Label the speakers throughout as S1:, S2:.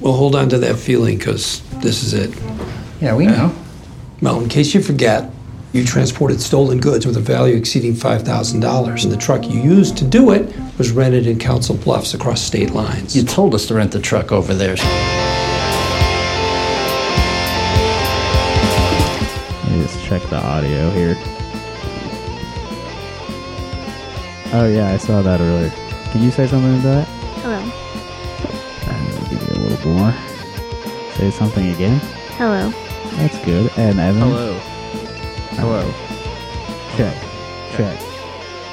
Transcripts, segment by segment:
S1: We'll hold on to that feeling because this is it.
S2: Yeah, we know.
S1: Mel, in case you forget, you transported stolen goods with a value exceeding $5,000, and the truck you used to do it was rented in Council Bluffs across state lines.
S2: You told us to rent the truck over there.
S3: Let me just check the audio here. Oh yeah, I saw that earlier. Can you say something to that?
S4: Hello.
S3: I'm gonna give you a little more. Say something again.
S4: Hello.
S3: That's good. And Evan.
S5: Hello. Hello.
S3: Check. Check.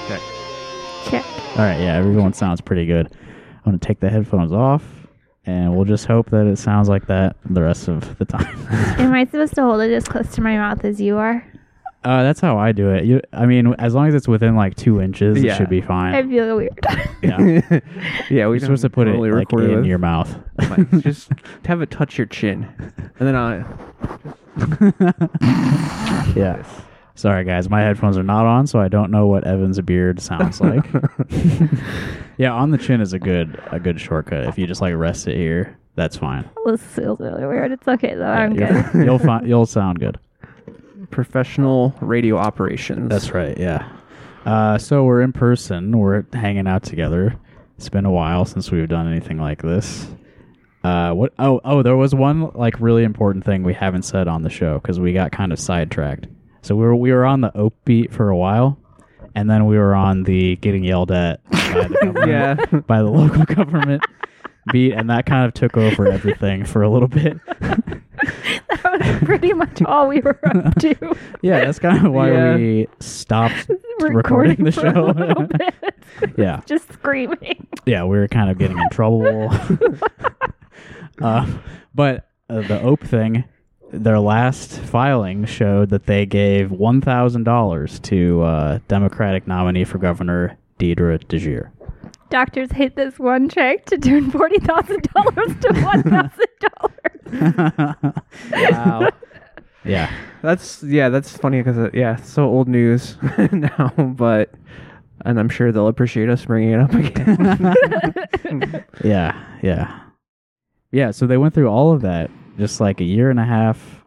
S5: Check.
S4: Check.
S3: All right. Yeah, everyone sounds pretty good. I'm gonna take the headphones off, and we'll just hope that it sounds like that the rest of the time.
S4: Am I supposed to hold it as close to my mouth as you are?
S3: uh, that's how I do it. You, I mean, as long as it's within like two inches,
S5: Yeah.
S3: it should be
S4: I
S3: fine.
S4: feel weird.
S3: Yeah.
S5: Yeah, we
S3: You're supposed to put it like, in your mouth.
S5: Like, just have it touch your chin, and then uh, I.
S3: yeah. Sorry, guys. My headphones are not on, so I don't know what Evan's beard sounds like. yeah, on the chin is a good a good shortcut. If you just like rest it here, that's fine.
S4: this feels really weird. It's okay though. I'm
S3: You'll-
S4: good.
S3: You'll find you'll sound good.
S5: professional radio operations.
S3: That's right. Yeah. Uh, so we're in person. We're hanging out together. It's been a while since we've done anything like this. Uh, what? Oh, oh, there was one like really important thing we haven't said on the show because we got kind of sidetracked. So we were we were on the oak beat for a while, and then we were on the getting yelled at by the, government,
S5: yeah.
S3: by the local government beat, and that kind of took over everything for a little bit.
S4: That was pretty much all we were up to.
S3: yeah, that's kind of why
S5: Yeah.
S3: we stopped recording
S4: Recording,
S3: the
S4: for A little
S3: show.
S4: bit.
S3: yeah.
S4: Just screaming.
S3: yeah, we were kind of getting in trouble. uh, but uh, the OPE thing, their last filing showed that they gave one thousand dollars to uh, Democratic nominee for governor Deidre DeGier.
S4: Doctors hate this one check to turn forty thousand dollars to one thousand dollars.
S5: Wow.
S3: Yeah,
S5: That's yeah. That's funny because yeah, it's so old news now, but and I'm sure they'll appreciate us bringing it up again.
S3: yeah, yeah, yeah. So they went through all of that, just like a year and a half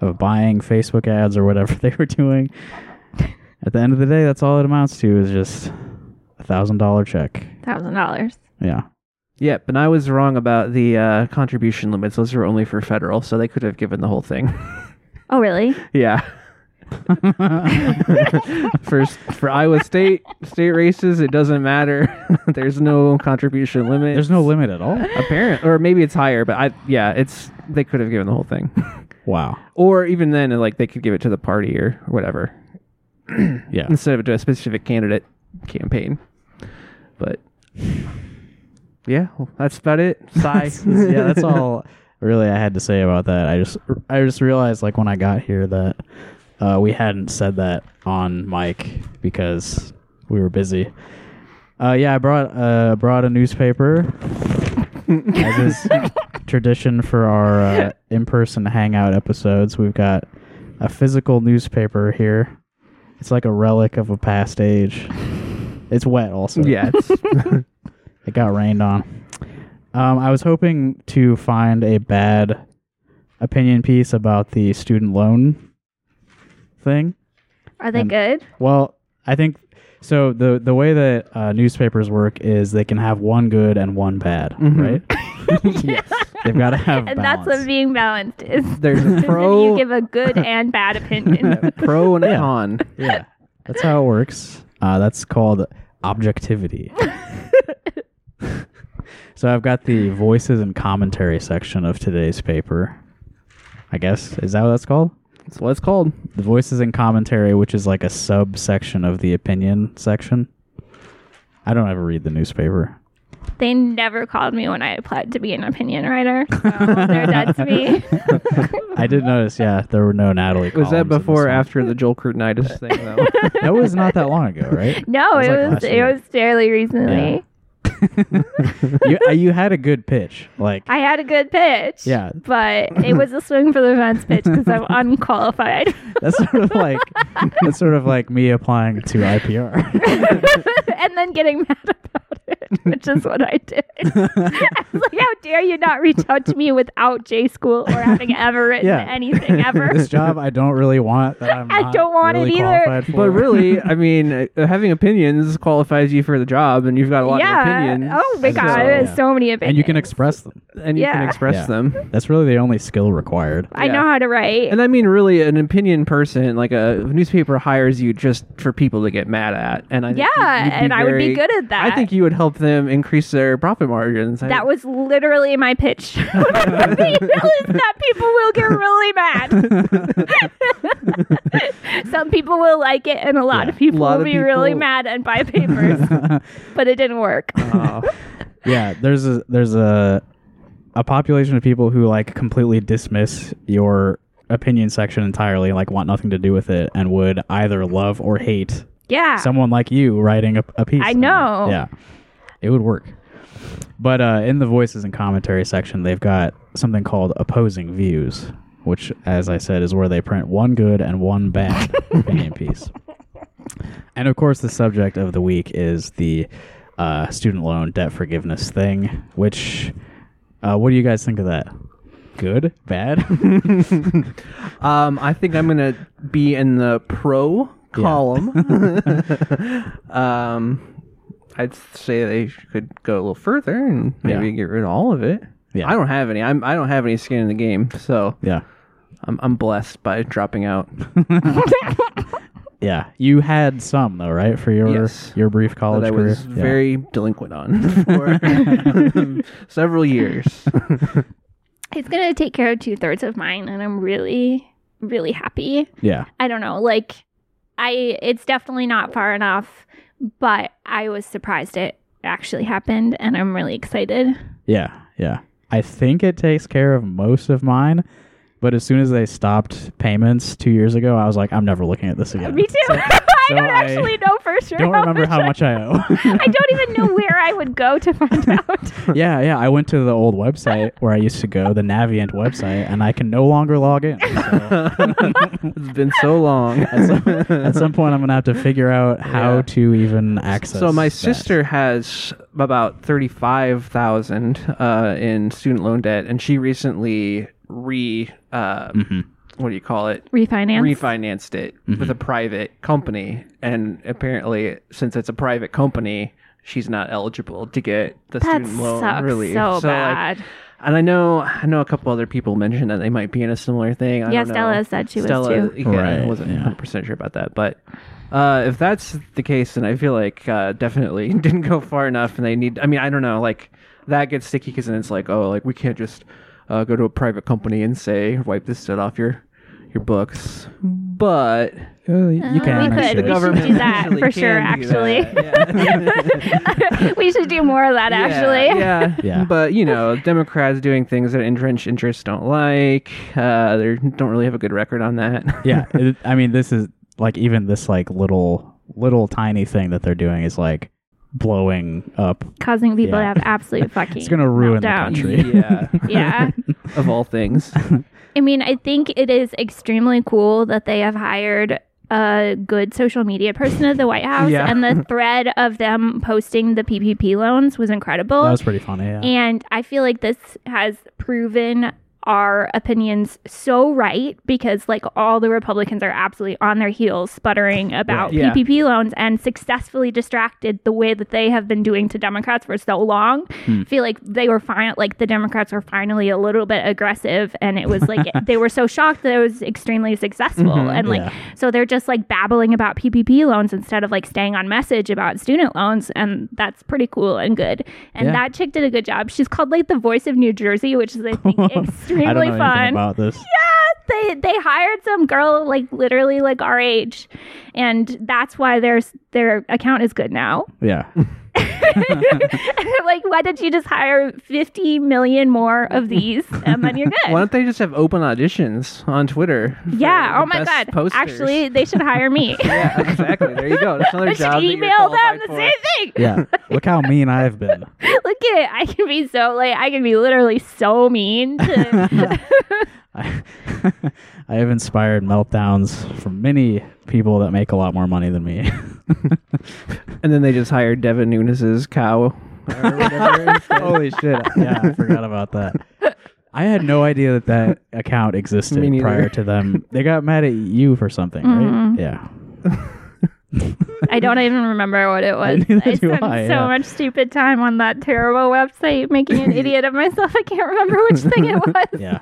S3: of buying Facebook ads or whatever they were doing. At the end of the day, that's all it amounts to is just a thousand dollar check.
S4: Thousand dollars.
S3: Yeah.
S5: yep. And I was wrong about the uh, contribution limits. Those were only for federal, so they could have given the whole thing.
S4: Oh really?
S5: yeah. for s- for Iowa state state races, it doesn't matter. There's no contribution limit.
S3: There's no limit at all.
S5: apparent, or maybe it's higher. But I yeah, it's they could have given the whole thing.
S3: Wow.
S5: or even then like they could give it to the party or whatever
S3: Yeah.
S5: instead of to a specific candidate campaign but yeah well, that's about it sigh
S3: yeah, that's all really I had to say about that. I just I just realized like when I got here that uh, we hadn't said that on mic because we were busy. Uh, yeah, I brought uh, brought a newspaper as is tradition for our uh, in person hangout episodes. We've got a physical newspaper here. It's like a relic of a past age. It's wet also.
S5: yeah it's,
S3: It got rained on. Um, I was hoping to find a bad opinion piece about the student loan thing.
S4: Are they
S3: And-
S4: good?
S3: Well, I think so. the The way that uh, newspapers work is they can have one good and one bad, right?
S5: yes
S3: They've got to have
S4: And
S3: balance.
S4: that's what being balanced is.
S5: there's a
S4: Is if
S5: pro
S4: you give a good and bad opinion.
S5: pro and a
S3: Yeah.
S5: con
S3: yeah, that's how it works. Uh, that's called objectivity. so I've got the voices and commentary section of today's paper. I guess is that what that's called?
S5: that's what it's called
S3: The voices and commentary, which is like a subsection of the opinion section. I don't ever read the newspaper.
S4: they never called me when I applied to be an opinion writer. So they're dead to me.
S3: I did notice, yeah, there were no Natalie.
S5: was that
S3: columns in
S5: before or
S3: this one.
S5: after the joel Krutenitis thing though
S3: That was not that long ago, right?
S4: No,
S3: It was like
S4: it was
S3: last
S4: it
S3: year.
S4: was fairly recently.
S3: Yeah. you, uh, you had a good pitch, like
S4: I had a good pitch.
S3: Yeah.
S4: But it was a swing for the fence pitch because I'm unqualified.
S3: that's sort of like that's sort of like me applying to IPR.
S4: and then getting mad about it. which is what I did. I was like, how dare you not reach out to me without J school or having ever written
S3: Yeah.
S4: anything ever?
S3: this job I don't really want. That I'm
S4: I
S3: not
S4: don't want it
S3: really
S4: either.
S3: qualified For.
S5: But really, I mean, uh, having opinions qualifies you for the job, and you've got a lot
S4: yeah.
S5: of opinions.
S4: Oh my
S5: so-
S4: god, there's
S3: yeah.
S4: so many opinions.
S3: and you can express them.
S5: and you can
S4: Yeah.
S5: express
S3: Yeah.
S5: them.
S3: That's really the only skill required.
S4: I
S5: yeah.
S4: know how to write.
S5: And I mean, really, an opinion person, like a newspaper, hires you just for people to get mad at. And I think
S4: Yeah,
S5: you- you'd be
S4: and I would be
S5: very-
S4: good at that.
S5: I think you would help them increase their profit margins. I-
S4: That was literally my pitch. The email is that people will get really mad. Some people will like it, and a lot of people
S5: Lot
S4: will
S5: of
S4: be really
S5: people-
S4: mad and buy papers. but it didn't work.
S5: Oh.
S3: yeah, there's a there's a a population of people who like completely dismiss your opinion section entirely, like want nothing to do with it, and would either love or hate
S4: yeah.
S3: someone like you writing a, a piece.
S4: I
S3: on it.
S4: know.
S3: Yeah, it would work. But uh, in the voices and commentary section, they've got something called opposing views, which, as I said, is where they print one good and one bad opinion piece. And of course, the subject of the week is the uh, student loan debt forgiveness thing. Which, uh, what do you guys think of that? Good, bad?
S5: Um, I think I'm gonna be in the pro column. um, I'd say they sh- could go a little further and maybe
S3: Yeah.
S5: get rid of all of it.
S3: Yeah.
S5: I don't have any. I'm I don't have any skin in the game, so
S3: yeah,
S5: I'm I'm blessed by dropping out.
S3: yeah. You had some though, right, for your
S5: Yes.
S3: your brief college
S5: That I
S3: career?
S5: was
S3: Yeah.
S5: very delinquent on for several years.
S4: It's going to take care of two thirds of mine, and I'm really, really happy.
S3: yeah.
S4: I don't know. Like, I, it's definitely not far enough, but I was surprised it actually happened, and I'm really excited.
S3: Yeah, yeah. I think it takes care of most of mine, but as soon as they stopped payments two years ago, I was like, I'm never looking at this again.
S4: Me too. I don't
S3: I
S4: actually know for sure.
S3: Don't
S4: how
S3: remember how much I owe.
S4: I don't even know where I would go to find out.
S3: yeah, yeah. I went to the old website where I used to go, the Navient website, and I can no longer log in. So
S5: It's been so long.
S3: at some point, I'm gonna have to figure out how
S5: Yeah.
S3: to even access.
S5: So my
S3: that.
S5: sister has about thirty five thousand uh, in student loan debt, and she recently re uh,
S3: Mm-hmm.
S5: what do you call it?
S4: Refinance.
S5: Refinanced it with a private company, and apparently, since it's a private company, she's not eligible to get the
S4: That
S5: student loan
S4: sucks
S5: relief.
S4: so
S5: like,
S4: bad.
S5: and I know, I know a couple other people mentioned that they might be in a similar thing. I
S4: Yeah,
S5: don't
S4: Stella
S5: know.
S4: said she was
S5: Stella,
S4: too.
S5: Yeah, I
S3: Right,
S5: wasn't
S3: yeah.
S5: 100 percent sure about that, but uh, if that's the case, then I feel like uh, definitely didn't go far enough, and they need. I mean, I don't know, like that gets sticky because then it's like, oh, like we can't just uh, go to a private company and say wipe this shit off your your books, but
S3: Oh, you you can.
S4: Uh, we
S3: I
S4: could.
S3: should.
S4: We should do that
S5: actually
S4: for sure.
S5: can do that.
S4: Actually,
S5: Yeah.
S4: we should do more of that.
S5: Yeah,
S4: Actually,
S5: Yeah,
S3: Yeah.
S5: But you know, Democrats doing things that entrenched interests don't like. Uh, they don't really have a good record on that.
S3: yeah it, i mean this is like even this like little little tiny thing that they're doing is like blowing up
S4: causing people
S3: Yeah.
S4: to have absolute fucking.
S3: it's gonna ruin the
S4: meltdown.
S3: country
S5: yeah.
S4: Yeah,
S5: Of all things.
S4: I mean, I think it is extremely cool that they have hired a good social media person at the White House,
S5: Yeah.
S4: and the thread of them posting the PPP loans was incredible.
S3: that was pretty funny yeah
S4: And I feel like this has proven our opinions so right because like all the Republicans are absolutely on their heels sputtering about
S5: Yeah.
S4: PPP loans and successfully distracted the way that they have been doing to Democrats for so long.
S3: Hmm.
S4: I feel like they were fine like the Democrats were finally a little bit aggressive and it was like they were so shocked that it was extremely successful and like
S3: Mm-hmm. yeah.
S4: so they're just like babbling about PPP loans instead of like staying on message about student loans. And that's pretty cool and good. And
S3: Yeah.
S4: that chick did a good job. She's called like the voice of New Jersey, which is, I think,
S3: i don't
S4: extremely
S3: know anything
S4: fun.
S3: about this
S4: they, they hired some girl like literally like our age. And that's why their, their account is good now.
S3: yeah
S4: like, why did you just hire 50 million more of these? And then you're good.
S5: Why don't they just have open auditions on Twitter? for
S4: yeah.
S5: the
S4: Oh my
S5: best
S4: God.
S5: posters?
S4: Actually, they should hire me.
S5: Yeah, exactly. There you go. That's another
S4: I should
S5: job. that you're
S4: email them
S5: qualified
S4: the
S5: for.
S4: same thing.
S3: yeah look how mean i've been
S4: Look at it. I can be so like I can be literally so mean. To,
S3: I, I have inspired meltdowns from many people that make a lot more money than me
S5: And then they just hired Devin Nunes's cow
S3: or whatever. Holy shit! Yeah, I forgot about that. I had no idea that that account existed
S5: Me neither.
S3: prior to them. They got mad at you for something,
S4: Mm-hmm.
S3: right? Yeah.
S4: I don't even remember what it was.
S3: Neither
S4: I
S3: do
S4: spent
S3: I,
S4: so
S3: yeah.
S4: much stupid time on that terrible website making an idiot of myself. I can't remember which thing it was.
S3: Yeah.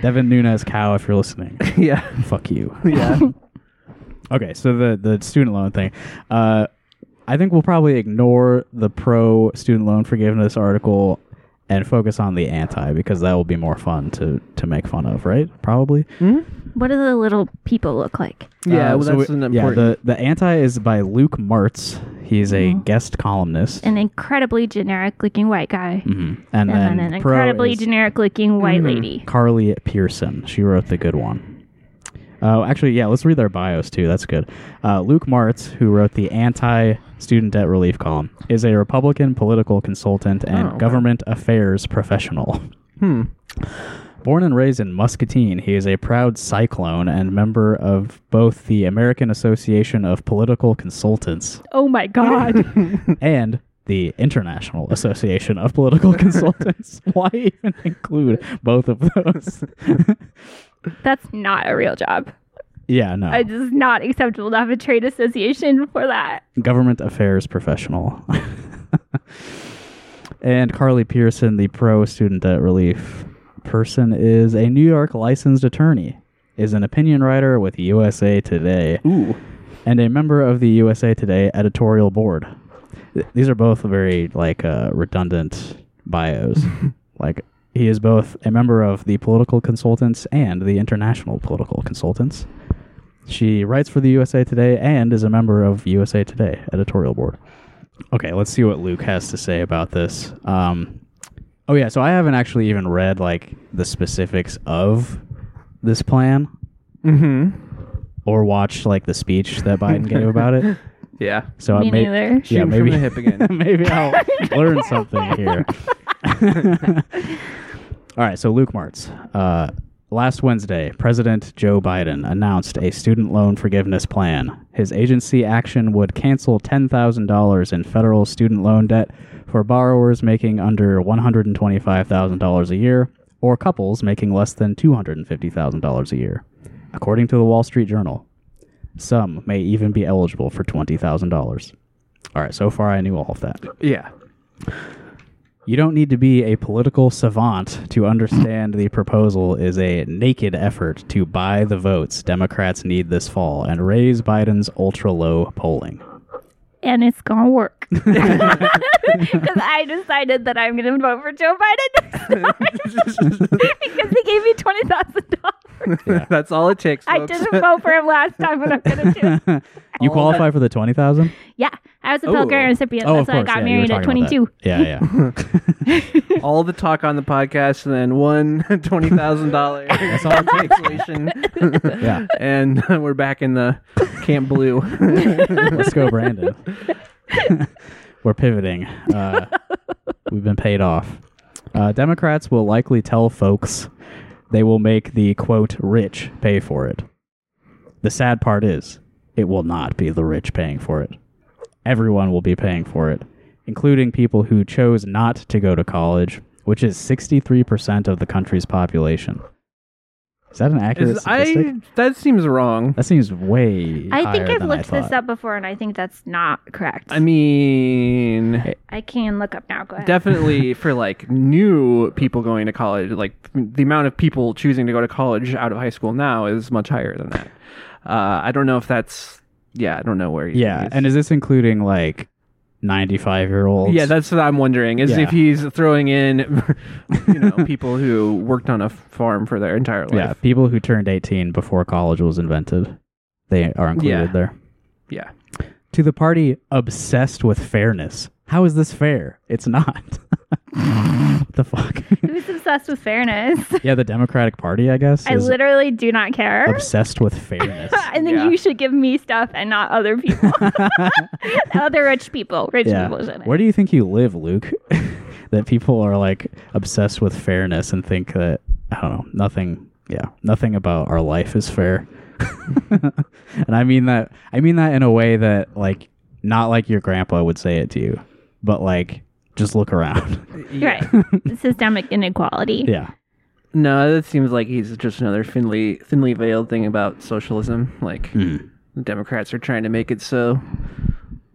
S3: Devin Nunes Cow, if you're listening,
S5: yeah,
S3: fuck you.
S5: yeah.
S3: Okay, so the the student loan thing. Uh, I think we'll probably ignore the pro student loan forgiveness article and focus on the anti because that will be more fun to to make fun of, right? Probably.
S4: What do the little people look like?
S5: Mm, Yeah,
S3: Uh,
S5: well,
S3: so
S5: that's
S3: we-
S5: an
S3: yeah,
S5: important.
S3: the the anti is by Luke Martz. He's a
S4: Mm-hmm.
S3: guest columnist.
S4: An incredibly generic looking white guy.
S3: Mhm. And,
S4: And
S3: then,
S4: then an
S3: pro
S4: incredibly
S3: is
S4: generic looking white
S3: Mm.
S4: lady.
S3: Carly Pearson. She wrote the good one. Oh, actually, yeah. Let's read their bios too. That's good. Uh, Luke Martz, who wrote the anti-student debt relief column, is a Republican political consultant and government affairs professional.
S5: hmm.
S3: Born and raised in Muscatine, he is a proud Cyclone and member of both the American Association of Political Consultants
S4: Oh my God.
S3: and the International Association of Political Consultants. Why even include both of those?
S4: That's not a real job.
S3: yeah, no.
S4: It's just not acceptable to have a trade association for that.
S3: government affairs professional. and Carly Pearson, the pro student debt relief person, is a New York licensed attorney, is an opinion writer with USA Today,
S5: Ooh.
S3: and a member of the USA Today editorial board. Th- These are both very like uh, redundant bios. like he is both a member of the political consultants and the international political consultants. She writes for the USA Today and is a member of USA Today editorial board. Okay, let's see what Luke has to say about this. Um, oh yeah, so I haven't actually even read like the specifics of this plan
S5: Mm-hmm.
S3: or watched like the speech that Biden gave about it.
S5: Yeah.
S3: So
S4: Me
S3: I Uh, may-
S4: neither.
S3: Yeah,
S5: Shoot
S3: maybe
S5: from the hip again.
S3: maybe I'll learn something here. All right, so Luke Martz. Uh, last Wednesday, President Joe Biden announced a student loan forgiveness plan. His agency action would cancel $10,000 in federal student loan debt for borrowers making under $125,000 a year or couples making less than $250,000 a year, according to the Wall Street Journal. Some may even be eligible for $20,000. All right, so far I knew all of that.
S5: Yeah.
S3: You don't need to be a political savant to understand the proposal is a naked effort to buy the votes Democrats need this fall and raise Biden's ultra low polling.
S4: And it's going to work. Because I decided that I'm going to vote for Joe Biden because he gave me $20,000.
S5: That's all it takes.
S4: I
S5: folks.
S4: didn't vote for him last time, and I'm going to do it.
S3: You qualify for the 20,000?
S4: Yeah, I was a Pell Grant recipient.
S3: Oh, of
S4: Oh, That's why I
S3: course.
S4: got
S3: yeah, you were
S4: married at
S3: talking about that.
S4: 22.
S3: Yeah, yeah.
S5: all the talk on the podcast, and then one twenty thousand dollar cancellation,
S3: Yeah.
S5: and we're back in the Camp Blue.
S3: Let's go, Brandon. We're pivoting. Uh, we've been paid off. Uh, Democrats will likely tell folks they will make the quote rich pay for it. The sad part is, it will not be the rich paying for it. Everyone will be paying for it, including people who chose not to go to college, which is 63% of the country's population. Is that an accurate
S5: Is-
S3: statistic?
S5: I that seems wrong.
S3: that seems way.
S4: I think
S3: higher
S4: I've
S3: than
S4: looked
S3: I
S4: this
S3: thought.
S4: up before, and I think that's not correct.
S5: I mean,
S4: I can look up now. Go ahead.
S5: definitely for like new people going to college, like the amount of people choosing to go to college out of high school now is much higher than that. Uh, I don't know if that's yeah. I don't know where. he
S3: Yeah,
S5: is.
S3: and is this including like ninety-five year olds?
S5: yeah, that's what I'm wondering is
S3: Yeah.
S5: if he's throwing in, you know, people who worked on a farm for their entire life.
S3: yeah. People who turned eighteen before college was invented, they are included
S5: Yeah.
S3: there.
S5: Yeah.
S3: To the party obsessed with fairness, how is this fair? It's not. What the fuck?
S4: Who's obsessed with fairness?
S3: yeah, the Democratic Party, I guess,
S4: I
S3: is
S4: literally do not care.
S3: obsessed with fairness.
S4: I think
S5: Yeah.
S4: you should give me stuff and not other people. other rich people. Rich
S3: yeah.
S4: people shouldn't.
S3: Where do you think you live, Luke? that people are like obsessed with fairness and think that I don't know nothing. Yeah, nothing about our life is fair. and I mean that. I mean that in a way that like not like your grandpa would say it to you, but like just look around.
S4: Right. Systemic inequality.
S3: yeah.
S5: No, that seems like he's just another thinly thinly veiled thing about socialism. Like the Democrats are trying to make it so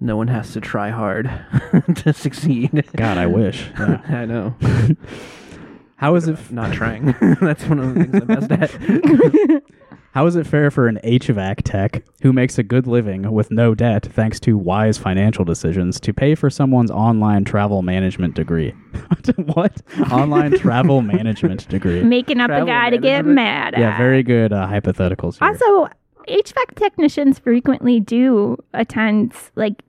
S5: no one has to try hard to succeed.
S3: God, I wish. Yeah.
S5: I know.
S3: How is it
S5: Not trying. That's one of the things I'm best at.
S3: How is it fair for an HVAC tech who makes a good living with no debt thanks to wise financial decisions to pay for someone's online travel management degree? what? Online travel management degree.
S4: Making up a
S5: Travel
S4: guy to get
S5: management.
S4: mad at.
S3: Yeah, very good uh, hypotheticals. Here.
S4: Also, HVAC technicians frequently do attend like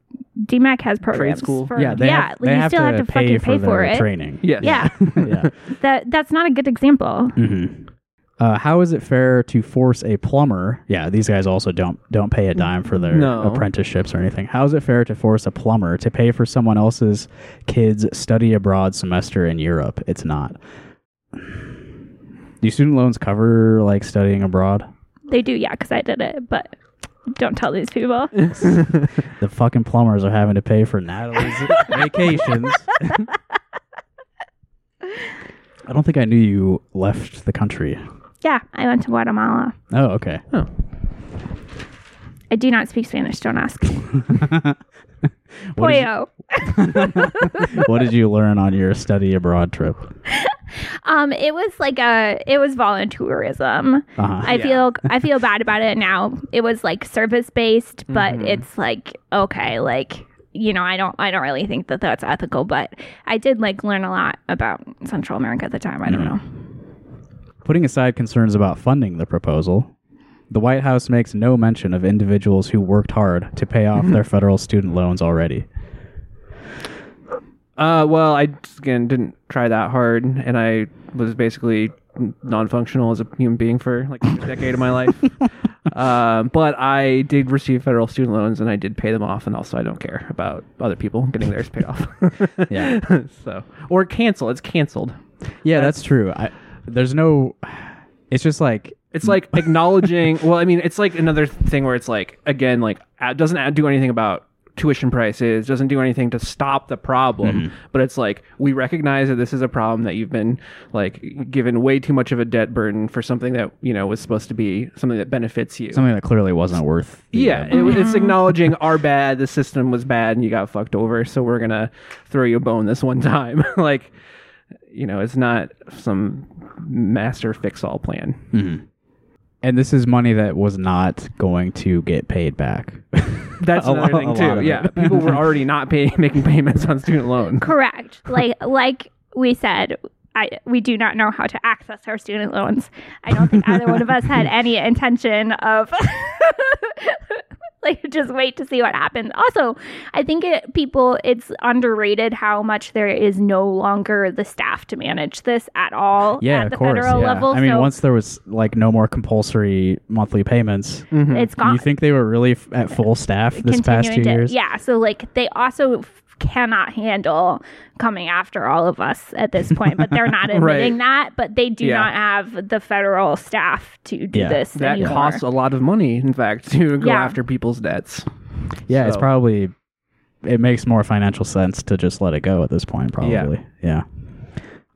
S4: DMAC has programs
S5: school.
S4: for
S3: Yeah, they
S4: yeah.
S3: have,
S4: like,
S3: they
S4: you
S3: have
S4: still
S3: to
S4: have to
S3: pay
S4: fucking
S3: for
S4: pay
S3: their
S4: for it.
S3: training.
S5: Yes.
S4: Yeah,
S3: yeah.
S4: that that's not a good example.
S3: Mm. Uh, how is it fair to force a plumber? Yeah, these guys also don't don't pay a dime for their
S5: No.
S3: apprenticeships or anything. How is it fair to force a plumber to pay for someone else's kid's study abroad semester in Europe? It's not. Do student loans cover like studying abroad?
S4: They do, yeah, because I did it, but don't tell these people.
S3: The fucking plumbers are having to pay for Natalie's vacations. I don't think I knew you left the country.
S4: yeah, I went to Guatemala.
S3: Oh, okay.
S4: I do not speak Spanish. Don't ask.
S3: What did you-
S4: Pollo.
S3: what did you learn on your study abroad trip?
S4: Um, it was like a it was volunteerism.
S3: Uh-huh.
S4: I feel I feel bad about it now. It was like service based, but it's like okay, like you know, I don't I don't really think that that's ethical, but I did like learn a lot about Central America at the time. I don't know.
S3: Putting aside concerns about funding the proposal, the White House makes no mention of individuals who worked hard to pay off their federal student loans already.
S5: Uh, well, I again didn't try that hard, and I was basically non-functional as a human being for like a decade of my life. Um, but I did receive federal student loans, and I did pay them off, and also I don't care about other people getting theirs paid off.
S3: Yeah.
S5: so or cancel. It's canceled.
S3: Yeah, that's true. I, there's no. It's just like.
S5: It's like acknowledging. Well, I mean, it's like another thing where it's like again, like uh, doesn't add- do anything about tuition prices, doesn't do anything to stop the problem. But it's like we recognize that this is a problem that you've been like given way too much of a debt burden for something that you know was supposed to be something that benefits you.
S3: Something that clearly wasn't worth. the,
S5: yeah,
S3: uh,
S5: it, it's acknowledging our bad. The system was bad, and you got fucked over. So we're gonna throw you a bone this one time. like, you know, it's not some master fix-all plan.
S3: and this is money that was not going to get paid back.
S5: That's
S3: A
S5: another
S3: lo- a
S5: thing
S3: lot
S5: too.
S3: of
S5: Yeah,
S3: it.
S5: people were already not paying, making payments on student loan.
S4: Correct. Like like we said, I we do not know how to access our student loans. I don't think either one of us had any intention of like just wait to see what happens. Also, I think it people it's underrated how much there is no longer the staff to manage this at all
S3: yeah,
S4: at
S3: of
S4: the
S3: course.
S4: federal
S3: yeah.
S4: level.
S3: I mean,
S4: so
S3: once there was like no more compulsory monthly payments,
S4: it's gone.
S3: mm-hmm, you think they were really f- at full staff this past two
S4: Mm. continuing to-
S3: years?
S4: Yeah, so like they also f- cannot handle coming after all of us at this point, but they're not
S5: Right.
S4: admitting that. But they do
S5: Yeah.
S4: not have the federal staff to do
S3: Yeah.
S4: this.
S5: That
S4: anymore.
S5: costs a lot of money, in fact, to go
S4: Yeah.
S5: after people's debts.
S3: Yeah, it's
S5: So-
S3: probably it makes more financial sense to just let it go at this point. Probably, yeah.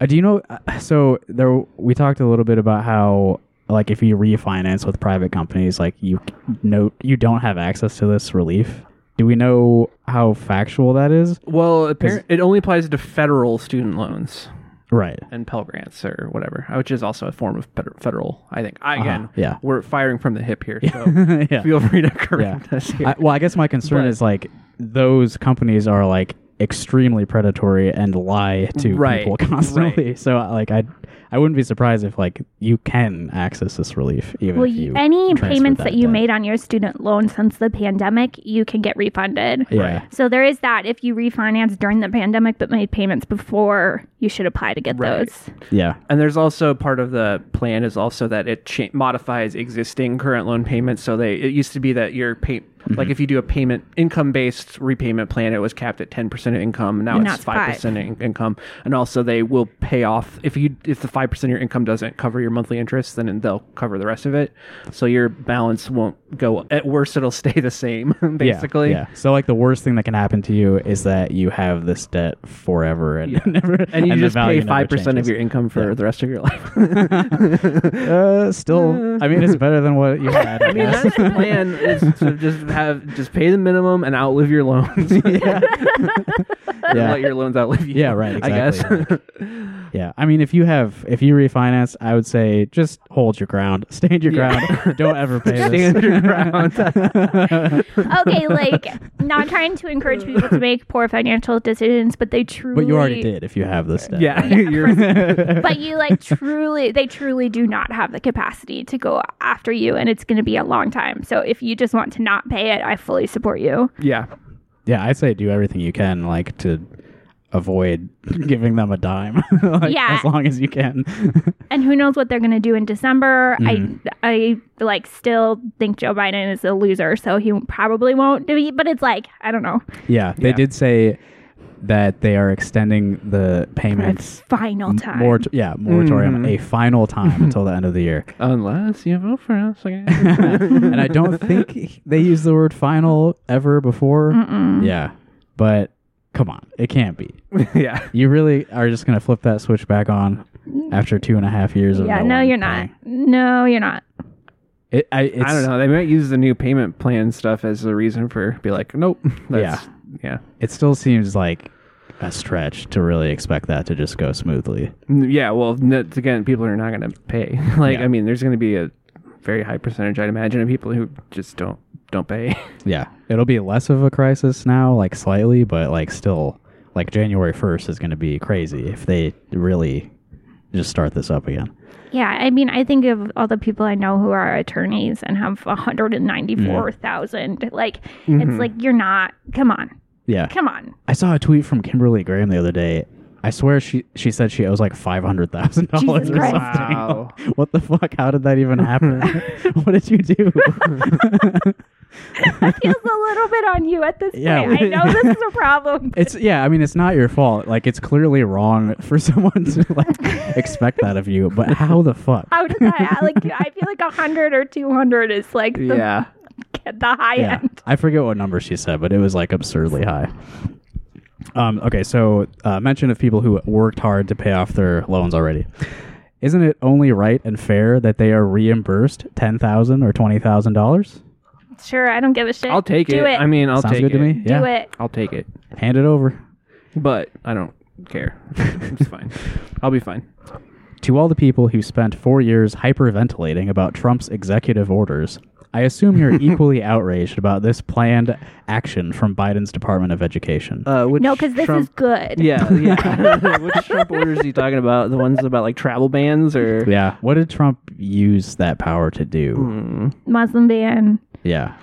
S3: Uh, do you know? uh, So there, we talked a little bit about how like if you refinance with private companies, like you no, you don't have access to this relief. Do we know how factual that is?
S5: Well, apparent, it only applies to federal student loans
S3: Right.
S5: and Pell Grants or whatever, which is also a form of feder- federal. I think. I, again,
S3: Uh-huh. yeah.
S5: we're firing from the hip here, so
S3: yeah.
S5: feel free to
S3: yeah.
S5: correct us here.
S3: I, well, I guess my concern
S5: But-
S3: is like those companies are like extremely predatory and lie to
S5: Right,
S3: people constantly. So uh, like I I wouldn't be surprised if like you can access this relief even
S4: Well,
S3: if you
S4: any
S3: transferred
S4: payments that, you
S3: debt.
S4: made on your student loan since the pandemic, you can get refunded.
S3: Yeah. Right.
S4: So there is that. If you refinance during the pandemic but made payments before, you should apply to get
S5: Right.
S4: those.
S3: Yeah.
S5: And there's also part of the plan is also that it cha- modifies existing current loan payments. So they it used to be that your pay-
S3: Mm-hmm.
S5: Like if you do a payment income based repayment plan, it was capped at ten percent of income. and Now
S4: And now
S5: it's
S4: it's five.
S5: five percent in- income, and also they will pay off if you if the five percent of your income doesn't cover your monthly interest, then they'll cover the rest of it. So your balance won't go. At worst, it'll stay the same basically.
S3: Yeah, yeah. So like the worst thing that can happen to you is that you have this debt forever and never
S5: And you
S3: the
S5: just pay
S3: value never
S5: five percent of
S3: changes.
S5: your income for the rest of your life.
S3: uh, still I mean it's better than what you had. I guess.
S5: That's the plan is to just have just pay the minimum and outlive your loans.
S3: yeah.
S5: Let your loans outlive you.
S3: Yeah, right,
S5: I guess.
S3: exactly. yeah. I mean if you have if you refinance, I would say just hold your ground. Stand your
S5: Yeah.
S3: ground. Don't ever pay this.
S5: Stand your ground.
S4: okay, like not trying to encourage people to make poor financial decisions, but they truly
S3: But you already did if you have this debt.
S5: Yeah, you're
S4: But you like truly they truly do not have the capacity to go after you and it's going to be a long time. So if you just want to not pay it, I fully support you.
S5: yeah.
S3: Yeah, I'd say do everything you can like to avoid giving them a dime. like,
S4: Yeah.
S3: As long as you can.
S4: And who knows what they're going to do in December?
S3: Mm.
S4: I I like still think Joe Biden is a loser, so he probably won't do but it's like, I don't know.
S3: Yeah, they
S5: Yeah.
S3: did say that they are extending the payments
S4: Final time.
S3: more yeah, moratorium
S5: Mm-hmm.
S3: a final time until the end of the year.
S5: Unless you vote for us again.
S3: and I don't think they used the word final ever before. Yeah. But come on, it can't be.
S5: yeah.
S3: You really are just going to flip that switch back on after two and a half years of
S4: yeah,
S3: no,
S4: no
S3: one
S4: you're not.
S3: paying.
S4: No, you're not.
S3: It, I, it's,
S5: I don't know. They might use the new payment plan stuff as a reason for be like, nope. That's, yeah.
S3: It still seems like a stretch to really expect that to just go smoothly.
S5: Yeah. Yeah. Well, that's, again, people are not going to pay. Like,
S3: Yeah.
S5: I mean, there's going to be a very high percentage, I'd imagine, of people who just don't don't pay.
S3: Yeah, it'll be less of a crisis now, like slightly, but like still, like January first is going to be crazy if they really just start this up again.
S4: Yeah, I mean, I think of all the people I know who are attorneys and have
S3: Mm.
S4: 194,000. Like,
S3: Mm-hmm.
S4: it's like, you're not, come on,
S3: Yeah,
S4: come on.
S3: I saw a tweet from Kimberly Graham the other day. I swear she she said she owes like five hundred thousand dollars
S4: Jesus
S3: or
S4: Christ.
S3: something. What the fuck? How did that even happen? what did you do?
S4: It feels a little bit on you at this
S3: Yeah,
S4: point. I
S3: we-
S4: know this is a problem.
S3: It's yeah, I mean it's not your fault. Like it's clearly wrong for someone to like expect that of you, but how the fuck?
S4: How does that, I- like, I feel like 100 or 200 is like the,
S5: Yeah.
S4: the high
S3: Yeah.
S4: end.
S3: I forget what number she said, but it was like absurdly high. Um, okay, so uh, mention of people who worked hard to pay off their loans already. Isn't it only right and fair that they are reimbursed ten thousand or twenty thousand dollars?
S4: Sure, I don't give a shit.
S5: I'll take
S4: Do
S5: it. I mean, I'll
S3: Sounds
S5: take
S3: good
S5: it.
S3: to me.
S4: Do
S3: yeah,
S4: it.
S5: I'll take it.
S3: hand it over.
S5: But I don't care. it's fine. I'll be fine.
S3: To all the people who spent four years hyperventilating about Trump's executive orders, I assume you're equally outraged about this planned action from Biden's Department of Education.
S5: Uh, which
S4: No, because this
S5: Trump-
S4: is good.
S5: Yeah, yeah. Which Trump orders are you talking about? The ones about like travel bans or
S3: yeah. What did Trump use that power to do?
S5: Hmm.
S4: Muslim ban.
S3: Yeah.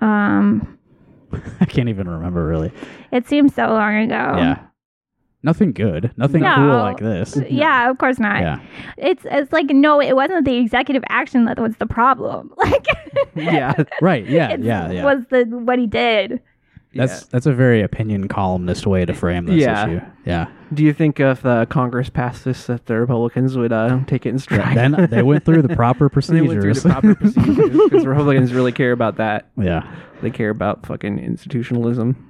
S4: Um,
S3: I can't even remember really.
S4: it seems so long ago.
S3: Yeah. Nothing good. Nothing
S4: Oh. No.
S3: cool like this.
S4: Yeah, of course not.
S3: Yeah.
S4: It's it's like no, it wasn't the executive action that was the problem. Like
S5: yeah,
S3: Right. Yeah.
S4: it
S3: yeah. Yeah.
S4: was the what he did.
S3: that's that's a very opinion columnist way to frame this
S5: Yeah.
S3: issue. Yeah.
S5: Do you think if uh, Congress passed this, that the Republicans would uh, take it in stride?
S3: Then they went through the proper
S5: they went through the
S3: procedures.
S5: proper procedures because Republicans really care about that.
S3: yeah.
S5: They care about fucking institutionalism.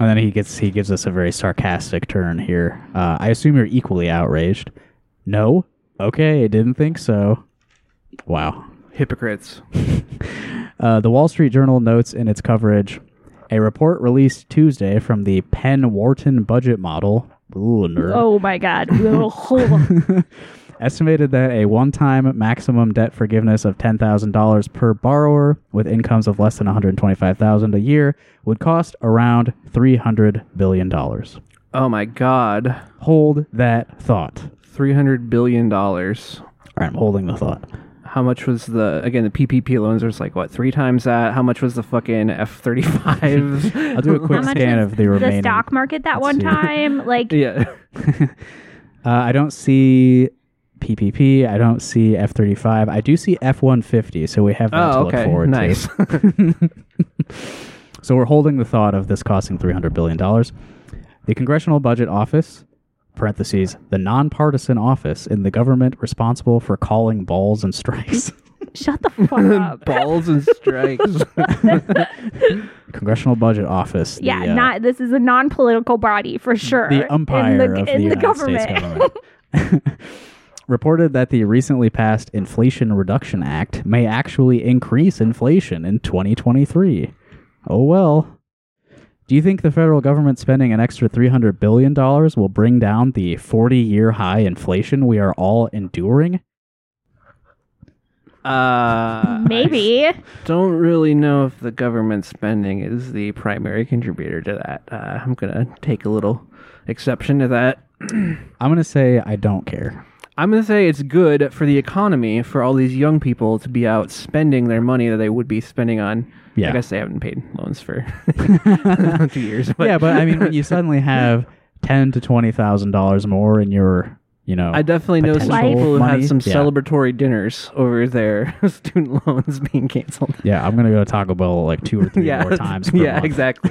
S3: And then he gets he gives us a very sarcastic turn here. Uh, I assume you're equally outraged. No. Okay, didn't think so. Wow.
S5: Hypocrites.
S3: Uh, the Wall Street Journal notes in its coverage a report released Tuesday from the Penn Wharton budget model. Ooh, nerd.
S4: Oh my god.
S3: estimated that a one-time maximum debt forgiveness of $10,000 per borrower with incomes of less than 125,000 dollars a year would cost around 300 billion dollars.
S5: Oh my God,
S3: Hold that thought.
S5: three hundred billion dollars.
S3: All right, I'm holding the thought.
S5: How much was the again the PPP loans? Was like what three times that? How much was the fucking F thirty fives?
S3: I'll do a
S4: How
S3: quick
S4: much
S3: scan
S4: was
S3: of the remaining.
S4: The stock market that one
S3: see.
S4: time, like
S5: Yeah,
S3: Uh, I don't see PPP. I don't see F thirty five. I do see F one fifty. So we have that to
S5: Oh,
S3: look
S5: okay.
S3: forward
S5: Nice.
S3: to. So we're holding the thought of this costing three hundred billion dollars. The Congressional Budget Office (parentheses the nonpartisan office in the government responsible for calling balls and strikes).
S4: Shut the fuck up.
S5: Uh, Balls and strikes.
S3: Congressional Budget Office. the,
S4: Yeah,
S3: uh,
S4: not this is a non-political body for sure.
S3: the umpire
S4: in the,
S3: of the,
S4: in the
S3: United
S4: government.
S3: States government. Reported that the recently passed Inflation Reduction Act may actually increase inflation in 2023. Oh well. Do you think the federal government spending an extra 300 billion dollars will bring down the 40-year high inflation we are all enduring?
S5: Uh,
S4: Maybe.
S5: don't really know if the government spending is the primary contributor to that. Uh, I'm gonna take a little exception to that.
S3: I'm going to say I don't care.
S5: I'm gonna say it's good for the economy for all these young people to be out spending their money that they would be spending on.
S3: Yeah.
S5: I guess they haven't paid loans for two years. But
S3: yeah, but I mean when you suddenly have 10 to 20,000 dollars more in your, you know,
S5: I definitely know some
S4: Potential
S5: people who
S3: money.
S5: had some
S3: Yeah.
S5: celebratory dinners over their student loans being canceled.
S3: Yeah, I'm gonna go to Taco Bell like two or three
S5: Yeah,
S3: more times. Per
S5: yeah,
S3: month.
S5: exactly.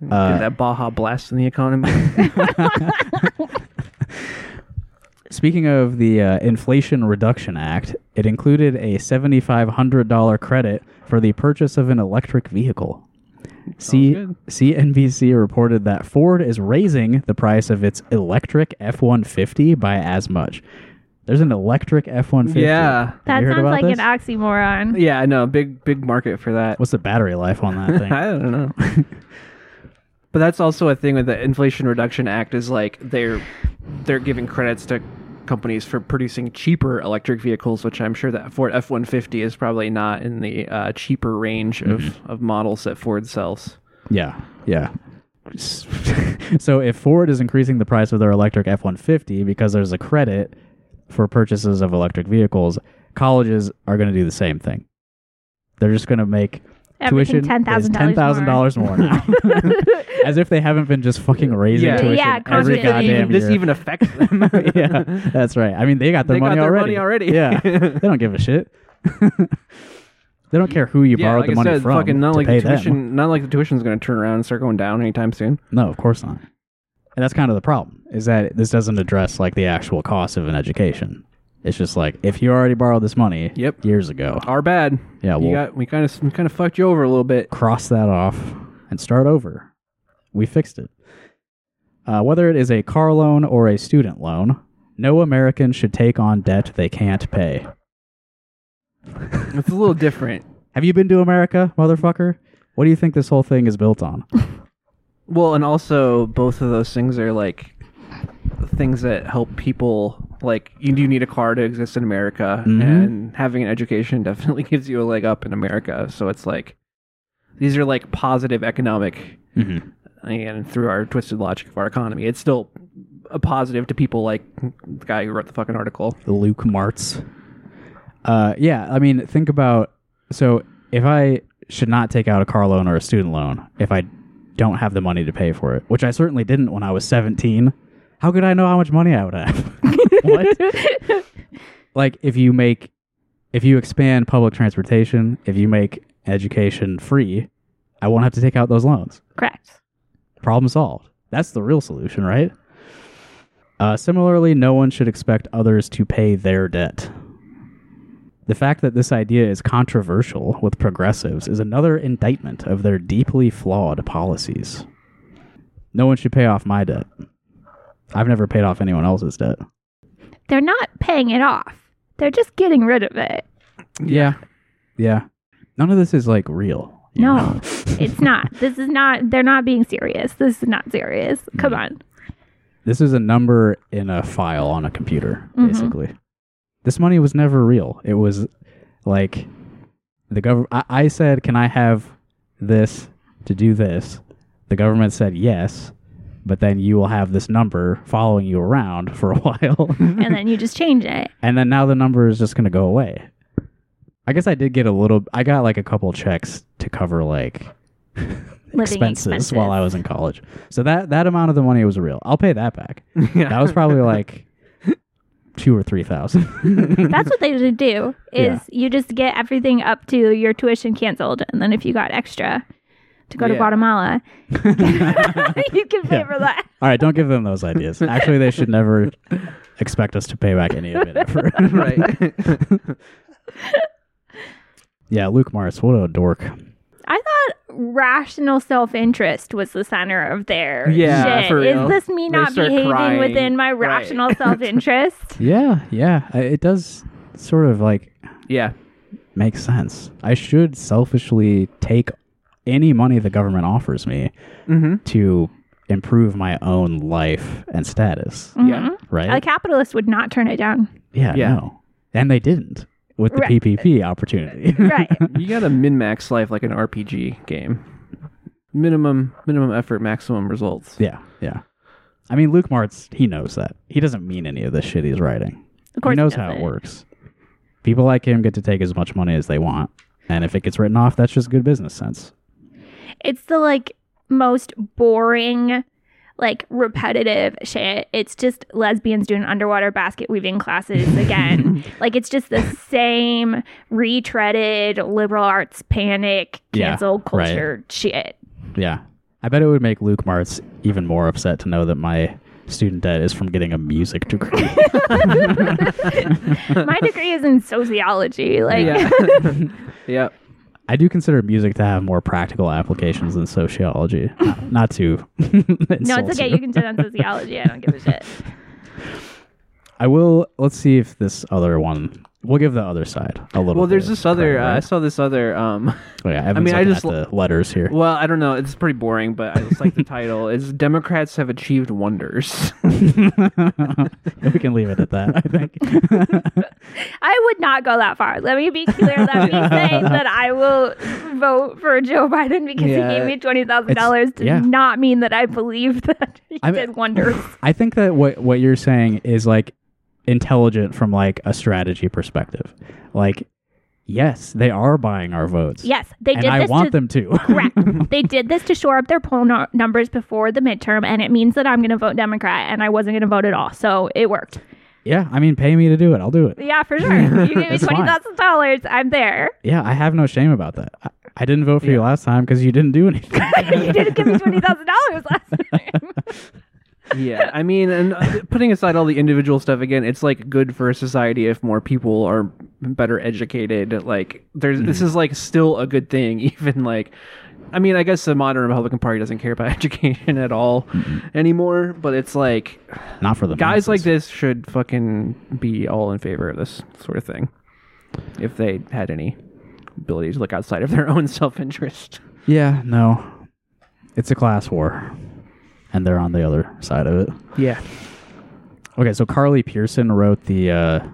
S5: Did that Baja blast in the economy.
S3: Speaking of the uh, Inflation Reduction Act, it included a seventy-five hundred dollar credit for the purchase of an electric vehicle. C-
S5: good.
S3: CNBC reported that Ford is raising the price of its electric F one fifty by as much. There's an electric F one fifty.
S5: Yeah.
S4: That
S3: you heard
S4: sounds
S3: about
S4: like
S3: this?
S4: an oxymoron.
S5: yeah, I know. Big, big market for that.
S3: What's the battery life on that thing?
S5: I don't know. but that's also a thing with the Inflation Reduction Act is like they're they're giving credits to companies for producing cheaper electric vehicles, which I'm sure that Ford F-150 is probably not in the uh, cheaper range of,
S3: Mm-hmm.
S5: of models that Ford sells.
S3: Yeah, yeah. so if Ford is increasing the price of their electric F 150 because there's a credit for purchases of electric vehicles, colleges are going to do the same thing. They're just going to make
S4: Everything
S3: tuition is
S4: $10,000
S3: $10,000 more now. As if they haven't been just fucking raising
S5: Yeah.
S3: tuition
S4: Yeah,
S3: every
S4: constantly.
S3: goddamn
S5: this
S3: year.
S5: even affects them.
S3: yeah, that's right. I mean, they got their
S5: They got
S3: money
S5: their
S3: already.
S5: money already.
S3: yeah, they don't give a shit. they don't care who you
S5: Yeah,
S3: borrowed
S5: like
S3: the
S5: I
S3: money
S5: said,
S3: from
S5: fucking not
S3: to
S5: like
S3: pay
S5: the
S3: them.
S5: tuition, not like the tuition's going to turn around and start going down anytime soon.
S3: No, of course not. And that's kind of the problem is that this doesn't address like the actual cost of an education. It's just like if you already borrowed this money
S5: Yep.
S3: years ago,
S5: Our bad.
S3: Yeah,
S5: you
S3: well-
S5: got, we kind of we kind of fucked you over a little bit.
S3: cross that off and start over. We fixed it. Uh, whether it is a car loan or a student loan, no American should take on debt they can't pay.
S5: It's a little different.
S3: Have you been to America, motherfucker? What do you think this whole thing is built on?
S5: Well, and also both of those things are like things that help people. Like you do need a car to exist in America, and having an education definitely gives you a leg up in America. So it's like these are like positive economic, and through our twisted logic of our economy, it's still a positive to people like the guy who wrote the fucking article.
S3: Luke Martz. Uh, yeah, I mean, think about so if I should not take out a car loan or a student loan if I don't have the money to pay for it, which I certainly didn't when I was 17. How could I know how much money I would have? what? like if you make if you expand public transportation, if you make education free, I won't have to take out those loans
S4: Correct.
S3: problem solved. That's the real solution, right? Uh, similarly, no one should expect others to pay their debt. The fact that this idea is controversial with progressives is another indictment of their deeply flawed policies. No one should pay off my debt. I've never paid off anyone else's debt.
S4: They're not paying it off. They're just getting rid of it.
S3: Yeah. Yeah. None of this is like real. you know?
S4: No, it's not. This is not. They're not being serious. This is not serious. Come
S3: Mm.
S4: on.
S3: This is a number in a file on a computer, basically. This money was never real. It was like the government. I-, I said, "Can I have this to do this?" The government said yes, but then you will have this number following you around for a while,
S4: And then you just change it.
S3: and then now the number is just going to go away. I guess I did get a little. I got like a couple checks to cover like expenses, while I was in college. So that that amount of the money was real. I'll pay that back. That was probably like two or three thousand.
S4: That's what they should do. Is
S3: Yeah.
S4: you just get everything up to your tuition canceled, and then if you got extra to go to
S5: Yeah.
S4: Guatemala, you can pay
S3: Yeah.
S4: for that.
S3: All right, don't give them those ideas. Actually, they should never expect us to pay back any of it ever.
S5: right.
S3: yeah, Luke Mars, what a dork.
S4: I thought rational self interest was the center of their
S5: Yeah,
S4: shit.
S5: for real.
S4: Is this me
S5: They
S4: not
S5: start
S4: behaving
S5: crying.
S4: within my
S5: Right.
S4: rational self interest?
S3: Yeah, yeah, I- it does sort of like
S5: yeah.
S3: make sense. I should selfishly take any money the government offers me to improve my own life and status,
S5: Yeah.
S3: right?
S4: A capitalist would not turn it down.
S3: yeah,
S5: Yeah.
S3: no. And they didn't with the
S4: Right.
S3: PPP opportunity.
S4: Right.
S5: You gotta min max life like an RPG game. Minimum minimum effort, maximum results.
S3: yeah, yeah. I mean, Luke Martz, he knows that. He doesn't mean any of this shit he's writing.
S4: Of course
S3: he knows how
S4: doesn't.
S3: it works. People like him get to take as much money as they want. And if it gets written off, that's just good business sense.
S4: It's the like most boring, like repetitive shit. It's just lesbians doing underwater basket weaving classes again. like it's just the same retreaded liberal arts panic
S3: Yeah,
S4: cancel
S3: right.
S4: culture shit.
S3: Yeah. I bet it would make Luke Martz even more upset to know that my student debt is from getting a music degree.
S4: My degree is in sociology. Like
S5: Yeah. yeah.
S3: I do consider music to have more practical applications than sociology. Not, not to
S4: No,
S3: insult
S4: it's okay. You can do that in sociology. I don't give a shit.
S3: I will. Let's see if this other one. We'll give the other side a little.
S5: Well,
S3: bit
S5: there's
S3: of
S5: this other.
S3: credit,
S5: Uh, I
S3: right?
S5: saw this other. Um,
S3: Oh, yeah, Evan's
S5: mean, I
S3: looking
S5: just
S3: at the letters here.
S5: well, I don't know. It's pretty boring, but I just like the title. Is Democrats have achieved wonders?
S3: we can leave it at that. I think.
S4: I would not go that far. Let me be clear. Let me say that I will vote for Joe Biden because
S5: Yeah.
S4: he gave me twenty thousand dollars. Does
S3: yeah.
S4: not mean that I believe that he
S3: I mean-
S4: did wonders.
S3: I think that what what you're saying is like intelligent from like a strategy perspective. Like, yes, they are buying our votes.
S4: Yes, they
S3: and
S4: did
S3: I
S4: this
S3: want
S4: to
S3: them to.
S4: correct. They did this to shore up their poll no- numbers before the midterm, and it means that I'm going to vote Democrat, and I wasn't going to vote at all. So it worked.
S3: yeah, I mean, pay me to do it. I'll do it.
S4: Yeah, for sure. You gave me
S3: It's fine.
S4: twenty thousand dollars. I'm there.
S3: Yeah, I have no shame about that. I, I didn't vote for you last time because you didn't do anything.
S4: you didn't give me twenty thousand dollars last time.
S5: yeah. I mean, and uh, putting aside all the individual stuff again, it's like good for society if more people are better educated. Like, there's this is like still a good thing, even like. I mean, I guess the modern Republican Party doesn't care about education at all anymore, but it's like
S3: Not for the
S5: guys like
S3: masses.
S5: this should fucking be all in favor of this sort of thing if they had any ability to look outside of their own self-interest
S3: Yeah, no, it's a class war, and they're on the other side of it.
S5: yeah
S3: Okay, so Carly Pearson wrote the uh,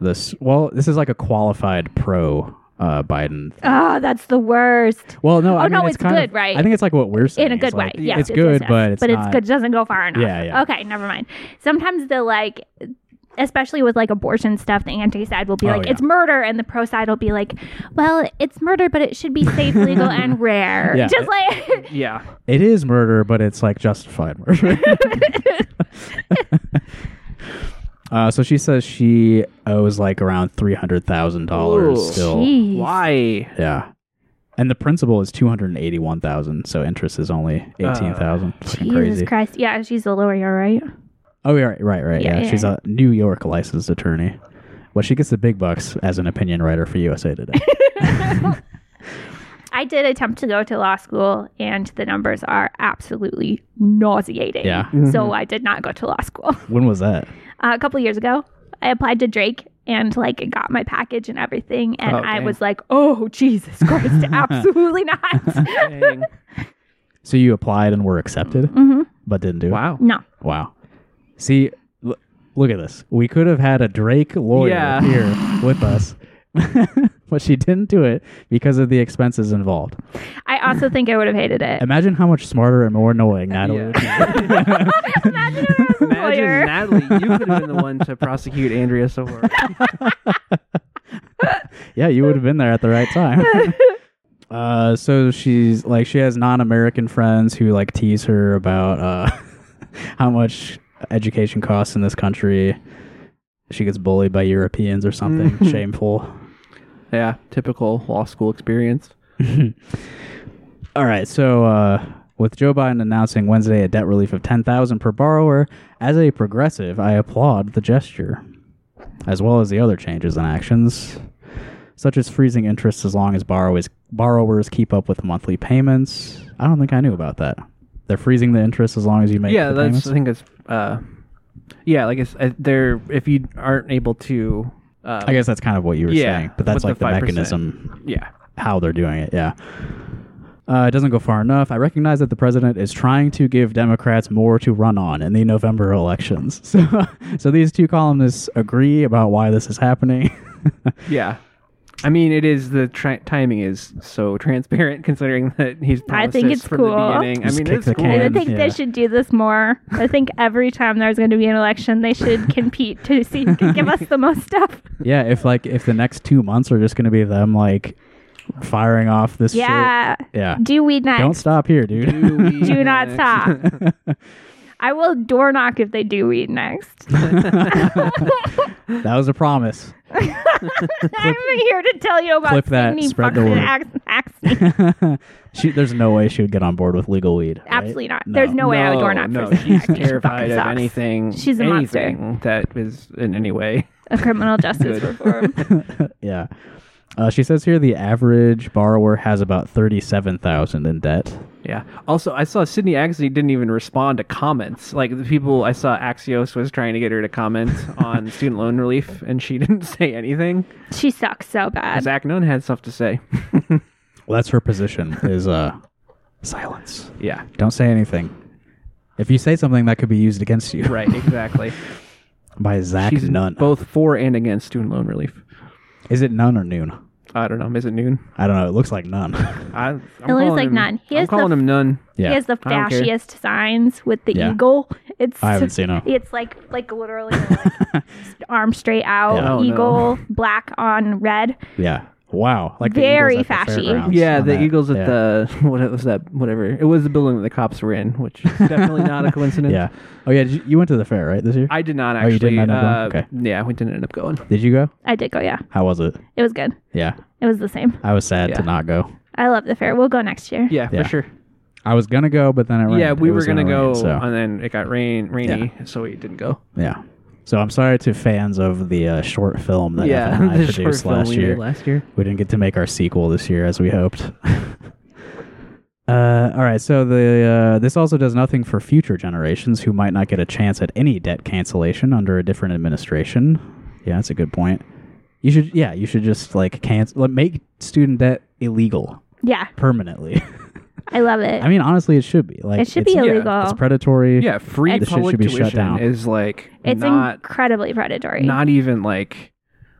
S3: this. Well, this is like a qualified pro uh, Biden
S4: Ah, that's the worst.
S3: Well, no, I mean,
S4: Oh, no, it's
S3: kind
S4: good,
S3: of-
S4: right?
S3: I think it's like what we're saying
S4: in a good
S3: It's
S4: way.
S3: like,
S4: Yeah,
S3: it's good, but it's
S4: but
S3: not-
S4: it's good. It doesn't go far enough.
S3: Yeah, yeah.
S4: Okay, never mind. Sometimes the like, especially with like abortion stuff, the anti side will be
S3: Oh,
S4: like,
S3: yeah.
S4: "It's murder," and the pro side will be like, "Well, it's murder, but it should be safe, legal, and rare."
S3: Yeah.
S4: Just like
S5: yeah
S3: It is murder, but it's like justified murder. uh, so she says she owes like around three hundred thousand
S5: Ooh.
S3: dollars still.
S4: Jeez.
S5: why
S3: Yeah, and the principal is two hundred eighty-one thousand. So interest is only eighteen thousand. Fucking
S4: Jesus
S3: crazy.
S4: Christ. Yeah, she's a lawyer, right?
S3: Oh, yeah, right, right, right.
S4: Yeah,
S3: Yeah,
S4: yeah,
S3: she's
S4: yeah.
S3: a New York licensed attorney. Well, she gets the big bucks as an opinion writer for USA Today.
S4: I did attempt to go to law school, and the numbers are absolutely nauseating.
S3: Yeah. Mm-hmm.
S4: So I did not go to law school.
S3: when was that?
S4: uh, a couple years ago. I applied to Drake and like got my package and everything, and
S5: Oh,
S4: I
S5: dang.
S4: was like, "Oh Jesus Christ, absolutely not!"
S5: Dang.
S3: So you applied and were accepted, but didn't do it.
S5: wow
S4: no,
S3: Wow. See, l- look at this. We could have had a Drake lawyer
S5: Yeah.
S3: here with us, but she didn't do it because of the expenses involved.
S4: I also think I would have hated it.
S3: Imagine how much smarter and more annoying Natalie
S5: Yeah.
S3: would be.
S4: Imagine if I was a
S5: imagine
S4: lawyer.
S5: natalie you could have been the one to prosecute andrea Sawara.
S3: Yeah, you would have been there at the right time. Uh, so she's like she has non-American friends who like tease her about uh, how much education costs in this country. She gets bullied by Europeans or something shameful.
S5: Yeah, typical law school experience.
S3: All right, so uh, with Joe Biden announcing Wednesday a debt relief of ten thousand per borrower, as a progressive, I applaud the gesture, as well as the other changes and actions, such as freezing interest as long as borrowers borrowers keep up with monthly payments. I don't think I knew about that. They're freezing the interest as long as you make
S5: yeah,
S3: the
S5: that's
S3: payments.
S5: I think it's uh, yeah, like it's uh, they're if you aren't able to uh,
S3: I guess that's kind of what you were
S5: Yeah,
S3: saying, but that's
S5: with the
S3: like the,
S5: 5%.
S3: mechanism
S5: yeah.
S3: how they're doing it. Yeah. Uh, it doesn't go far enough. I recognize that the president is trying to give Democrats more to run on in the November elections. So, so these two columnists agree about why this is happening.
S5: Yeah. I mean, it is the tra- timing is so transparent considering that he's.
S4: I
S5: promised
S4: think
S5: this
S4: it's
S5: from
S4: cool.
S5: The beginning. I
S3: Just
S5: mean,
S3: kick
S5: it's
S3: the
S5: cool.
S4: And I
S3: And-
S4: think
S3: yeah.
S4: they should do this more. I think every time there's going to be an election, they should compete to see who can give us the most stuff.
S3: yeah, if like if the next two months are just going to be them like firing off this
S4: Yeah.
S3: shit. Yeah.
S4: Do we next?
S3: Don't stop here, dude.
S4: Do not stop. I will door knock if they do weed next.
S3: that was a promise.
S4: I'm here to tell you about
S3: clip that,
S4: Sydney
S3: spread the
S4: fucking
S3: word.
S4: Ax- Axton.
S3: She, there's no way she would get on board with legal weed. right?
S4: Absolutely not. There's no way Oh, I would door knock
S5: no,
S4: for Sydney
S5: she's
S4: Axton. She
S5: terrified
S4: fucking
S5: of
S4: sucks.
S5: anything.
S4: She's a monster.
S5: anything that is in any way.
S4: A criminal justice reform.
S3: Yeah. Uh, she says here the average borrower has about thirty-seven thousand in debt.
S5: Yeah. Also, I saw Sydney Axie didn't even respond to comments. Like the people I saw Axios was trying to get her to comment on student loan relief, and she didn't say anything.
S4: She sucks so bad.
S5: Zach Nunn had stuff to say.
S3: Well, that's her position is uh, silence.
S5: Yeah.
S3: Don't say anything. If you say something, that could be used against you
S5: Right. Exactly.
S3: by Zach
S5: She's
S3: Nunn.
S5: both for and against student loan relief.
S3: Is it none or noon?
S5: I don't know. Is it noon?
S3: I don't know. It looks like none.
S5: I, I'm
S4: looks
S5: calling
S4: like
S5: him,
S4: none. He
S5: I'm
S4: has the
S5: calling
S4: f-
S5: him none.
S3: yeah.
S4: He has the
S5: I don't care.
S4: fashiest signs with the
S3: Yeah.
S4: eagle. It's
S3: I haven't seen him.
S4: It's like like literally like, arm straight out,
S3: Yeah.
S5: Oh, no.
S4: eagle, black on red.
S3: yeah. Wow. Like the
S4: Very
S3: Eagles at the
S4: fashy.
S3: fairgrounds
S5: Yeah,
S3: on
S5: the
S3: that.
S5: Eagles at
S3: Yeah.
S5: the what was that? Whatever it was, the building that the cops were in, which is definitely not a coincidence.
S3: Yeah. Oh yeah. Did you, you went to the fair right this year?
S5: I did not
S3: Oh, you
S5: actually.
S3: didn't end up
S5: uh,
S3: going?
S5: Yeah, we didn't end up going.
S3: did you go?
S4: I did go, yeah.
S3: How was it?
S4: It was good.
S3: Yeah.
S4: It was the same.
S3: I was sad to
S5: Yeah.
S3: not go.
S4: I love the fair. We'll go next year.
S5: Yeah,
S3: Yeah.
S5: for sure.
S3: I was gonna go, but then it rained.
S5: Yeah, we
S3: It
S5: were
S3: was
S5: gonna,
S3: rain,
S5: go,
S3: so.
S5: and then it got rain, rainy, so we didn't go.
S3: Yeah. So I'm sorry to fans of the uh, short film that
S5: yeah,
S3: Evan and I
S5: the short
S3: produced
S5: film
S3: last
S5: we made
S3: year.
S5: Last year.
S3: We didn't get to make our sequel this year as we hoped. uh, all right. So the uh, this also does nothing for future generations who might not get a chance at any debt cancellation under a different administration. Yeah, that's a good point. You should, yeah, you should just like cancel, like, make student debt illegal
S4: Yeah.
S3: permanently.
S4: I love it.
S3: I mean, honestly, it should be like
S4: it should
S3: it's,
S4: be illegal.
S3: It's predatory.
S5: Yeah, free
S3: This shit
S5: public
S3: should be shut
S5: tuition
S3: down.
S5: is like
S4: it's
S5: not
S4: incredibly predatory.
S5: not even like,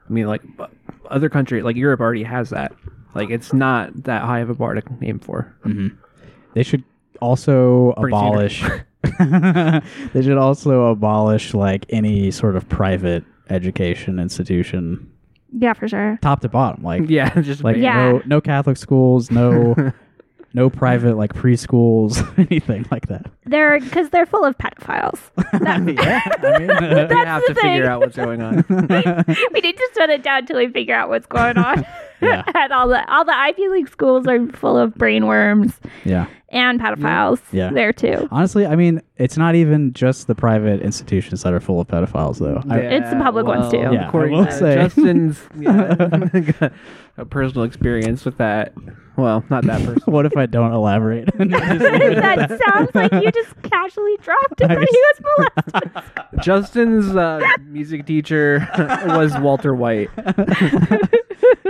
S5: I mean, like bu- other country like Europe already has that. Like it's not that high of a bar to aim for.
S3: They should also
S5: Pretty
S3: abolish. they should also abolish like any sort of private education institution,
S4: yeah, for sure.
S3: top to bottom. Like
S5: Yeah, just
S3: like
S5: ban-
S4: Yeah.
S3: no no Catholic schools, no no private like preschools, anything like that.
S4: They're because they're full of pedophiles.
S3: I mean, uh,
S5: we have
S4: the
S5: to figure
S4: thing.
S5: out what's going on.
S4: we need to shut it down till we figure out what's going on.
S3: Yeah.
S4: and all the all the Ivy League schools are full of brainworms
S3: yeah.
S4: and pedophiles.
S3: Yeah.
S4: There too.
S3: Honestly, I mean, it's not even just the private institutions that are full of pedophiles, though. I-
S4: It's the public ones, too.
S3: Yeah, I
S5: according
S3: will
S5: to
S3: say.
S5: Justin's yeah, a personal experience with that. Well, not that personal.
S3: what if I don't elaborate?
S4: that sounds like you just casually dropped it that he was molested.
S5: Justin's uh, music teacher was Walter White.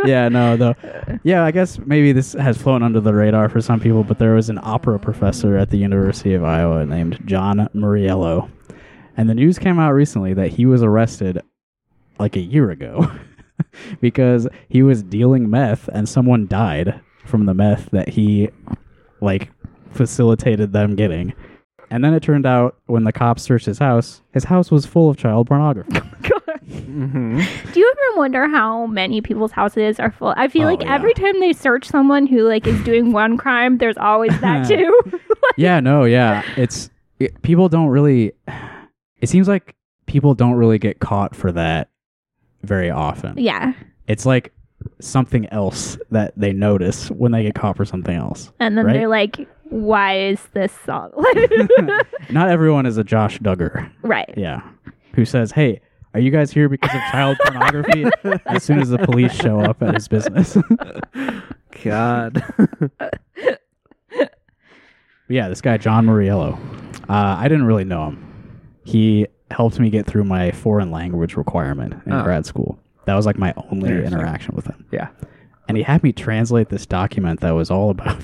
S3: yeah, no, though. Yeah, I guess maybe this has flown under the radar for some people, but there was an opera professor at the University of Iowa named John Muriello. And the news came out recently that he was arrested like a year ago because he was dealing meth and someone died from the meth that he like facilitated them getting. And then it turned out when the cops searched his house, his house was full of child pornography. Mm-hmm.
S4: Do you ever wonder how many people's houses are full? I feel
S3: Oh,
S4: like
S3: yeah.
S4: every time they search someone who like is doing one crime, there's always that too.
S3: yeah, no, yeah. It's it, people don't really. It seems like people don't really get caught for that very often.
S4: yeah,
S3: It's like something else that they notice when they get caught for something else.
S4: and then
S3: Right.
S4: they're like, "Why is this song?"
S3: Not everyone is a Josh Duggar.
S4: right.
S3: Yeah. Who says, "Hey, are you guys here because of child pornography?" as soon as the police show up at his business.
S5: God.
S3: yeah, this guy John Mariello. Uh, I didn't really know him. He helped me get through my foreign language requirement in
S5: Oh.
S3: grad school. That was like my only
S5: Interesting.
S3: interaction with him.
S5: yeah.
S3: And he had me translate this document that was all about.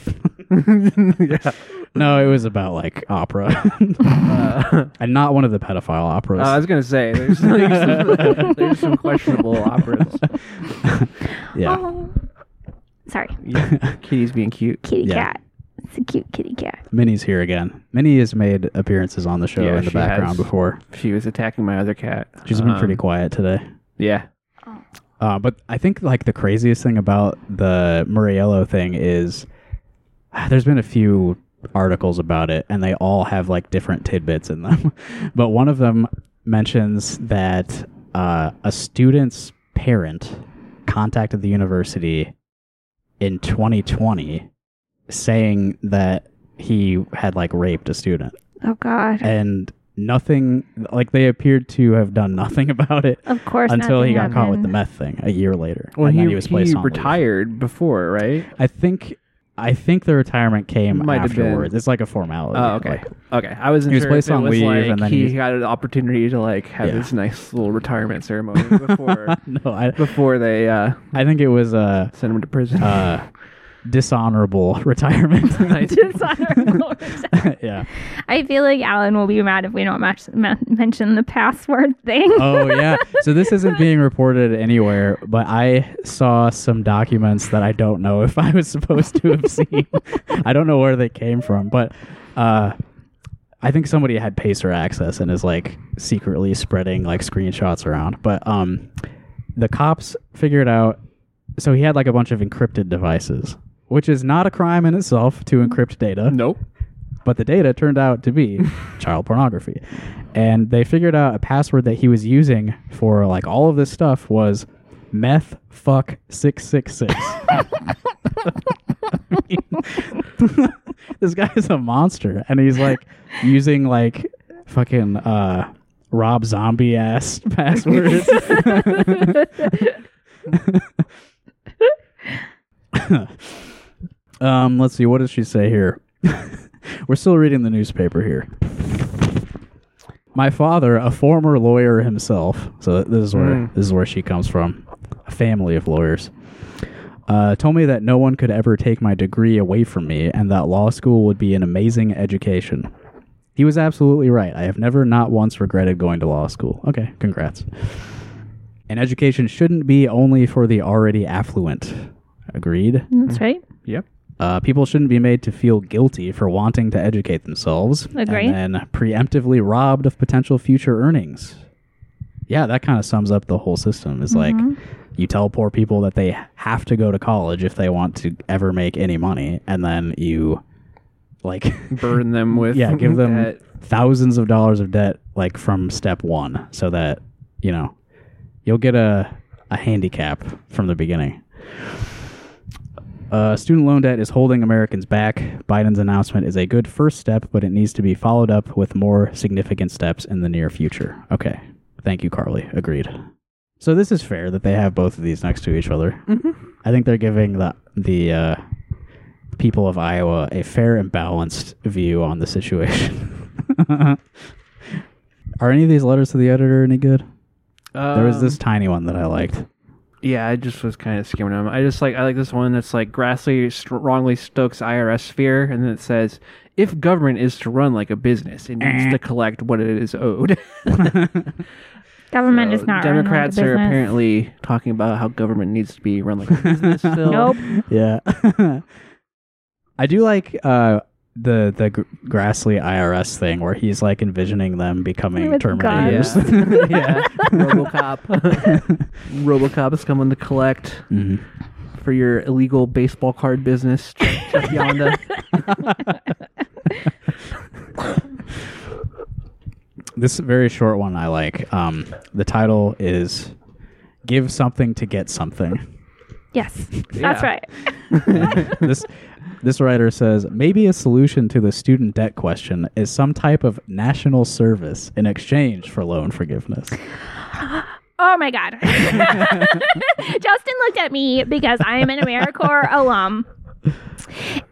S3: No, it was about like opera,
S5: Uh.
S3: and not one of the pedophile operas.
S5: I was gonna say there's, there's, some, there's some questionable operas.
S3: yeah,
S4: Oh. Sorry,
S5: Yeah. Kitty's being cute.
S4: kitty
S3: Yeah.
S4: cat. It's a cute kitty cat.
S3: Minnie's here again. Minnie has made appearances on the show
S5: Yeah,
S3: in the
S5: she
S3: background
S5: has.
S3: before.
S5: She was attacking my other cat.
S3: She's been
S5: Um,
S3: pretty quiet today.
S5: Yeah.
S3: Uh, but I think like the craziest thing about the Muriello thing is ah, there's been a few articles about it, and they all have like different tidbits in them. but one of them mentions that uh, a student's parent contacted the university in 2020 saying that he had like raped a student
S4: Oh God.
S3: and nothing like they appeared to have done nothing about it
S4: of course.
S3: until he got
S4: nothing
S3: caught with the
S4: happened.
S3: meth thing a year later.
S5: Well,
S3: and
S5: he,
S3: then he was placed on leave.
S5: retired before, right?
S3: I think I think the retirement came
S5: Might have been.
S3: afterwards. It's like a formality.
S5: Oh, okay.
S3: Like,
S5: okay. I wasn't
S3: He was
S5: sure
S3: placed
S5: if it
S3: on
S5: was
S3: leave,
S5: like
S3: and then
S5: he
S3: he-
S5: got an opportunity to like have
S3: Yeah.
S5: this nice little retirement ceremony before
S3: no, I,
S5: before they uh,
S3: I think it was a
S5: send him to prison.
S3: uh, dishonorable retirement.
S5: Nice.
S4: Dishonorable return.
S3: yeah.
S4: I feel like Alan will be mad if we don't match, ma- mention the password thing.
S3: Oh yeah. So this isn't being reported anywhere, but I saw some documents that I don't know if I was supposed to have seen. I don't know where they came from, but uh, I think somebody had Pacer access and is like secretly spreading like screenshots around. But um, the cops figured out. So he had like a bunch of encrypted devices, which is not a crime in itself to encrypt data
S5: nope.
S3: but the data turned out to be child pornography. And they figured out a password that he was using for like all of this stuff was meth fuck 666. this guy is a monster and he's like using like fucking uh Rob Zombie ass passwords. um let's see what does she say here? We're still reading the newspaper here. My father, a former lawyer himself, so this is where this is where she comes from, a family of lawyers, uh, told me that no one could ever take my degree away from me, and that law school would be an amazing education. He was absolutely right. I have never, not once, regretted going to law school. Okay, congrats. And education shouldn't be only for the already affluent. Agreed.
S4: That's right.
S5: Yep.
S3: Uh, people shouldn't be made to feel guilty for wanting to educate themselves
S4: Agree.
S3: and then preemptively robbed of potential future earnings. Yeah, that kind of sums up the whole system. Is like you tell poor people that they have to go to college if they want to ever make any money, and then you like
S5: Burn them with
S3: yeah, give them
S5: that-
S3: thousands of dollars of debt like from step 1 so that, you know, you'll get a a handicap from the beginning. Uh, student loan debt is holding Americans back. Biden's announcement is a good first step, but it needs to be followed up with more significant steps in the near future. Okay. Thank you, Carly. Agreed. So this is fair that they have both of these next to each other. I think they're giving the the uh, people of Iowa a fair and balanced view on the situation. Are any of these letters to the editor any good? Um, There was this tiny one that I liked.
S5: Yeah, I just was kind of skimming them. I just like I like this one that's like Grassley strongly stokes IRS fear, and then it says, "If government is to run like a business, it needs
S4: Eh.
S5: to collect what it is owed."
S4: Government is not running
S5: Democrats
S4: the
S5: are
S4: business.
S5: apparently talking about how government needs to be run like a business. Still,
S4: Nope.
S3: Yeah. I do like uh the the Gr- Grassley IRS thing where he's like envisioning them becoming
S4: With
S3: terminators.
S5: yeah. RoboCop. RoboCop is coming to collect
S3: Mhm.
S5: for your illegal baseball card business, Chuck Chuck Yonda.
S3: This very short one I like. Um, the title is "Give Something to Get Something."
S4: Yes, that's
S5: Yeah.
S4: right.
S3: this this writer says maybe a solution to the student debt question is some type of national service in exchange for loan forgiveness.
S4: Oh my God. Justin looked at me because I am an AmeriCorps alum.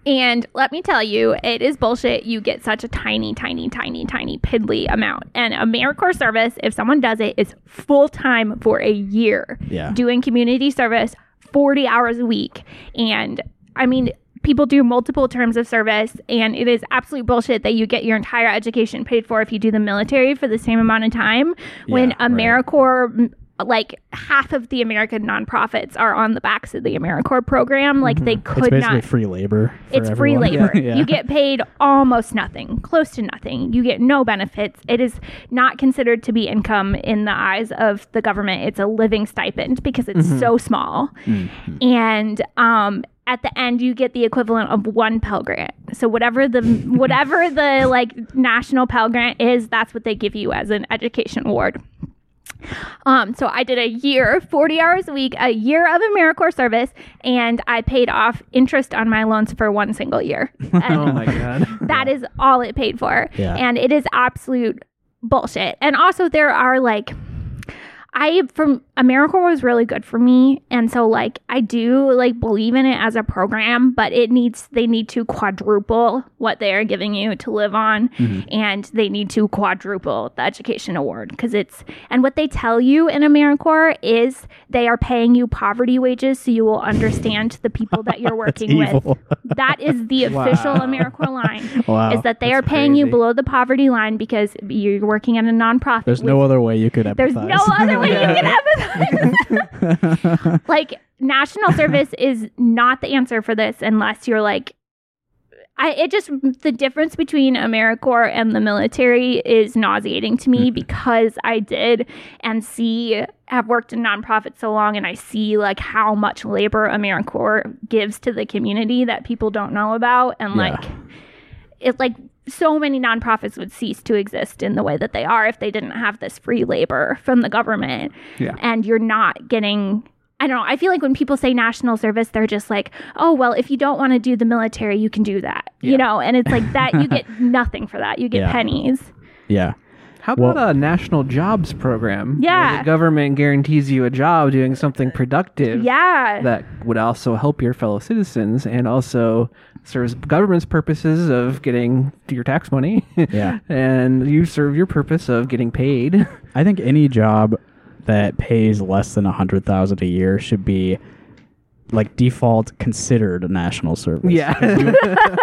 S4: And let me tell you, it is bullshit. You get such a tiny, tiny, tiny, tiny piddly amount. And AmeriCorps service, if someone does it, is full time for a year.
S3: Yeah.
S4: Doing community service 40 hours a week. And I mean, people do multiple terms of service, and it is absolute bullshit that you get your entire education paid for if you do the military for the same amount of time when
S3: Yeah, right.
S4: AmeriCorps. m- Like half of the American nonprofits are on the backs of the AmeriCorps program. Like they
S3: Mm-hmm. it's
S4: could
S3: basically
S4: not
S3: free labor. for
S4: it's free
S3: everyone.
S4: labor.
S3: Yeah.
S4: You get paid almost nothing, close to nothing. You get no benefits. It is not considered to be income in the eyes of the government. It's a living stipend because it's
S3: Mm-hmm.
S4: so small.
S3: Mm.
S4: And um at the end you get the equivalent of one Pell Grant. So whatever the whatever the like national Pell Grant is, that's what they give you as an education award. Um, so I did a year, 40 hours a week, a year of AmeriCorps service, and I paid off interest on my loans for one single year.
S5: oh
S4: And
S5: my god.
S4: that is all it paid for.
S3: Yeah.
S4: And it is absolute bullshit. And also, there are like, I from AmeriCorps was really good for me, and so like I do like believe in it as a program, but it needs they need to quadruple what they are giving you to live on,
S3: Mm-hmm.
S4: and they need to quadruple the education award because it's and what they tell you in AmeriCorps is they are paying you poverty wages, so you will understand the people that you're working with.
S3: evil.
S4: That is the official AmeriCorps line
S3: Wow.
S4: is that they are paying you
S5: crazy.
S4: below the poverty line because you're working at a nonprofit.
S3: There's
S4: with-
S3: no other way you could empathize.
S4: there's no other way you can empathize. like national service is not the answer for this unless you're like I it just the difference between AmeriCorps and the military is nauseating to
S3: Mm-hmm.
S4: me because I did and see have worked in nonprofit so long and I see like how much labor AmeriCorps gives to the community that people don't know about and
S3: Yeah.
S4: like it like so many nonprofits would cease to exist in the way that they are if they didn't have this free labor from the government.
S5: Yeah.
S4: And you're not getting I don't know. I feel like when people say national service, they're just like, "Oh, well, if you don't want to do the military, you can do that." You know, and it's like that you get nothing for that. You get
S3: Yeah.
S4: pennies.
S3: yeah.
S5: How
S3: Well-
S5: about a national jobs program? where
S4: Yeah.
S5: the government guarantees you a job doing something productive.
S4: Yeah.
S5: That would also help your fellow citizens and also serves government's purposes of getting your tax money.
S3: Yeah.
S5: and you serve your purpose of getting paid.
S3: I think any job that pays less than a hundred thousand a year should be like default considered a national service.
S5: Yeah.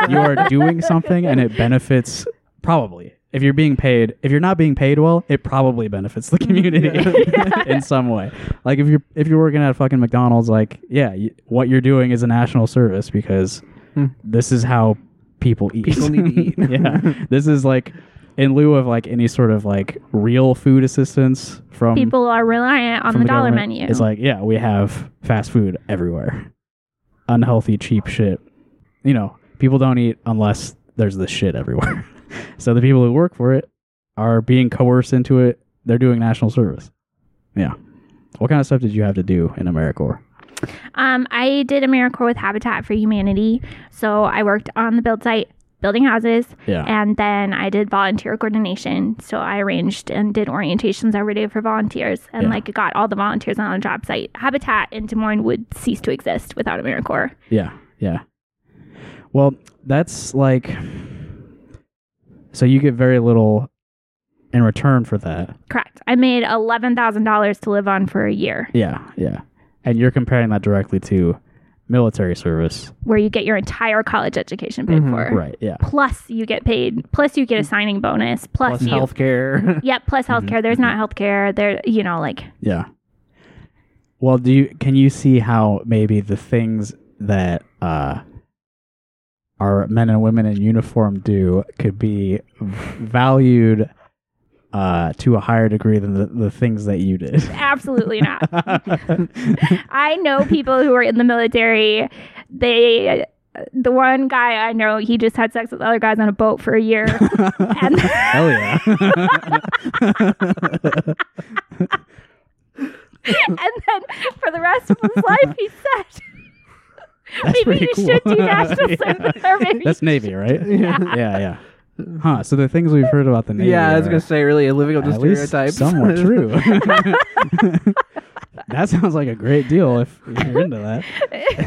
S3: you are doing something and it benefits probably if you're being paid if you're not being paid well it probably benefits the
S5: Mm-hmm.
S3: community in some way like if you're if you're working at fucking mcdonald's like yeah you, what you're doing is a national service because this is how people eat
S5: Hmm. People need to eat.
S3: yeah this is like in lieu of like any sort of like real food assistance from
S4: People are reliant on
S3: um, from
S4: the, dollar
S3: government,
S4: menu.
S3: It's like, yeah, we have fast food everywhere. Unhealthy, cheap shit. You know, people don't eat unless there's this shit everywhere. so the people who work for it are being coerced into it. They're doing national service. Yeah. What kind of stuff did you have to do in AmeriCorps?
S4: Um, I did AmeriCorps with Habitat for Humanity. So I worked on the build site building houses.
S3: Yeah.
S4: And then I did volunteer coordination. So I arranged and did orientations every day for volunteers and
S3: Yeah.
S4: like got all the volunteers on a job site. Habitat in Des Moines would cease to exist without AmeriCorps.
S3: Yeah, yeah. Well, that's like so you get very little in return for that.
S4: Correct. I made $11,000 to live on for a year
S3: Yeah, yeah. And you're comparing that directly to military service.
S4: where you get your entire college education paid for.
S3: Mm-hmm. Right, yeah.
S4: Plus you get paid, plus you get a signing bonus, plus,
S5: Plus
S4: you
S5: healthcare.
S4: Yep, plus
S3: Mm-hmm.
S4: healthcare. There's not healthcare. There, you know, like
S3: Yeah. Well, do you can you see how maybe the things that uh, our men and women in uniform do could be v- valued uh, to a higher degree than the, the things that you did.
S4: Absolutely not. I know people who are in the military. They, the one guy I know, he just had sex with other guys on a boat for a year. and
S3: Hell yeah.
S4: and then for the rest of his life, he said,
S3: pretty
S4: "Maybe you should
S3: cool.
S4: do national service." Or maybe
S3: That's Navy, right? Yeah. yeah, yeah. Huh. So the things we've heard about the Navy.
S5: Yeah, I was
S3: are
S5: gonna say really living up to
S3: uh, at least
S5: stereotypes.
S3: somewhat true. that sounds like a great deal if you're into that.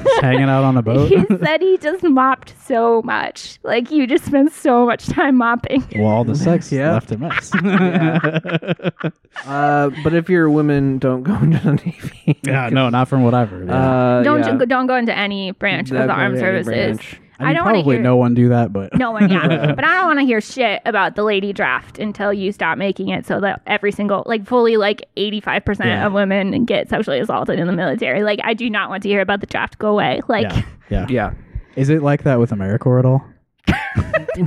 S3: Just hanging out on a boat.
S4: he said he just mopped so much. Like you just spent so much time mopping.
S3: well, all the sex
S5: Yeah.
S3: left a mess.
S5: uh, but if you're a woman, don't go into the navy.
S3: yeah, no, not from what I've heard. yeah.
S5: Uh,
S4: don't
S5: yeah.
S4: ju- don't go into any branch of
S5: That-
S4: the armed
S5: yeah,
S4: services.
S5: branch.
S3: I, mean,
S4: don't want to
S3: probably
S4: hear
S3: no one do that, but
S4: No one, yeah. but I don't want to hear shit about the lady draft until you stop making it so that every single, like, fully, like, 85%
S3: Yeah.
S4: of women get sexually assaulted in the military. Like, I do not want to hear about the draft go away. Like,
S3: yeah, yeah.
S5: Yeah.
S3: Is it like that with AmeriCorps at all?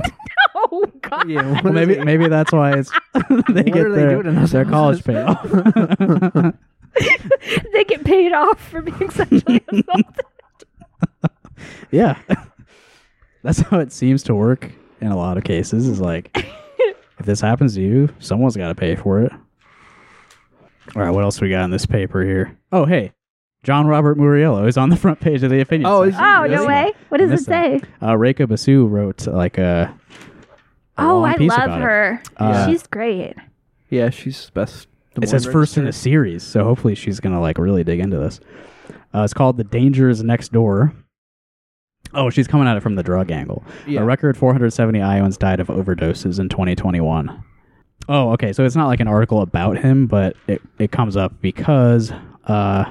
S4: oh, God.
S5: Yeah. what
S3: Well,
S5: is
S3: maybe
S5: it?
S3: maybe that's why it's they get
S5: are they
S3: their,
S5: doing in those
S3: their college pay off.
S4: They get paid off for being sexually assaulted.
S3: Yeah. That's how it seems to work in a lot of cases is like if this happens to you, someone's got to pay for it. All right, what else we got in this paper here? Oh, hey. John Robert Muriello is on the front page of the opinion.
S5: Oh,
S3: section.
S5: is he
S4: Oh,
S5: Really?
S4: no way. What
S3: I
S4: does it
S3: missed
S4: say?
S3: that. Uh, Reika Basu wrote like a, a
S4: Oh,
S3: long
S4: I
S3: piece
S4: love
S3: about it.
S4: her.
S3: Uh,
S4: She's great.
S5: Yeah, she's best. the
S3: It says
S5: more
S3: first in the
S5: registered.
S3: series, so hopefully she's gonna like really dig into this. Uh, it's called "The Danger Is Next Door." Oh, she's coming at it from the drug angle.
S5: Yeah.
S3: A record 470 Iowans died of overdoses in 2021. Oh, okay. So it's not like an article about him, but it, it comes up because uh,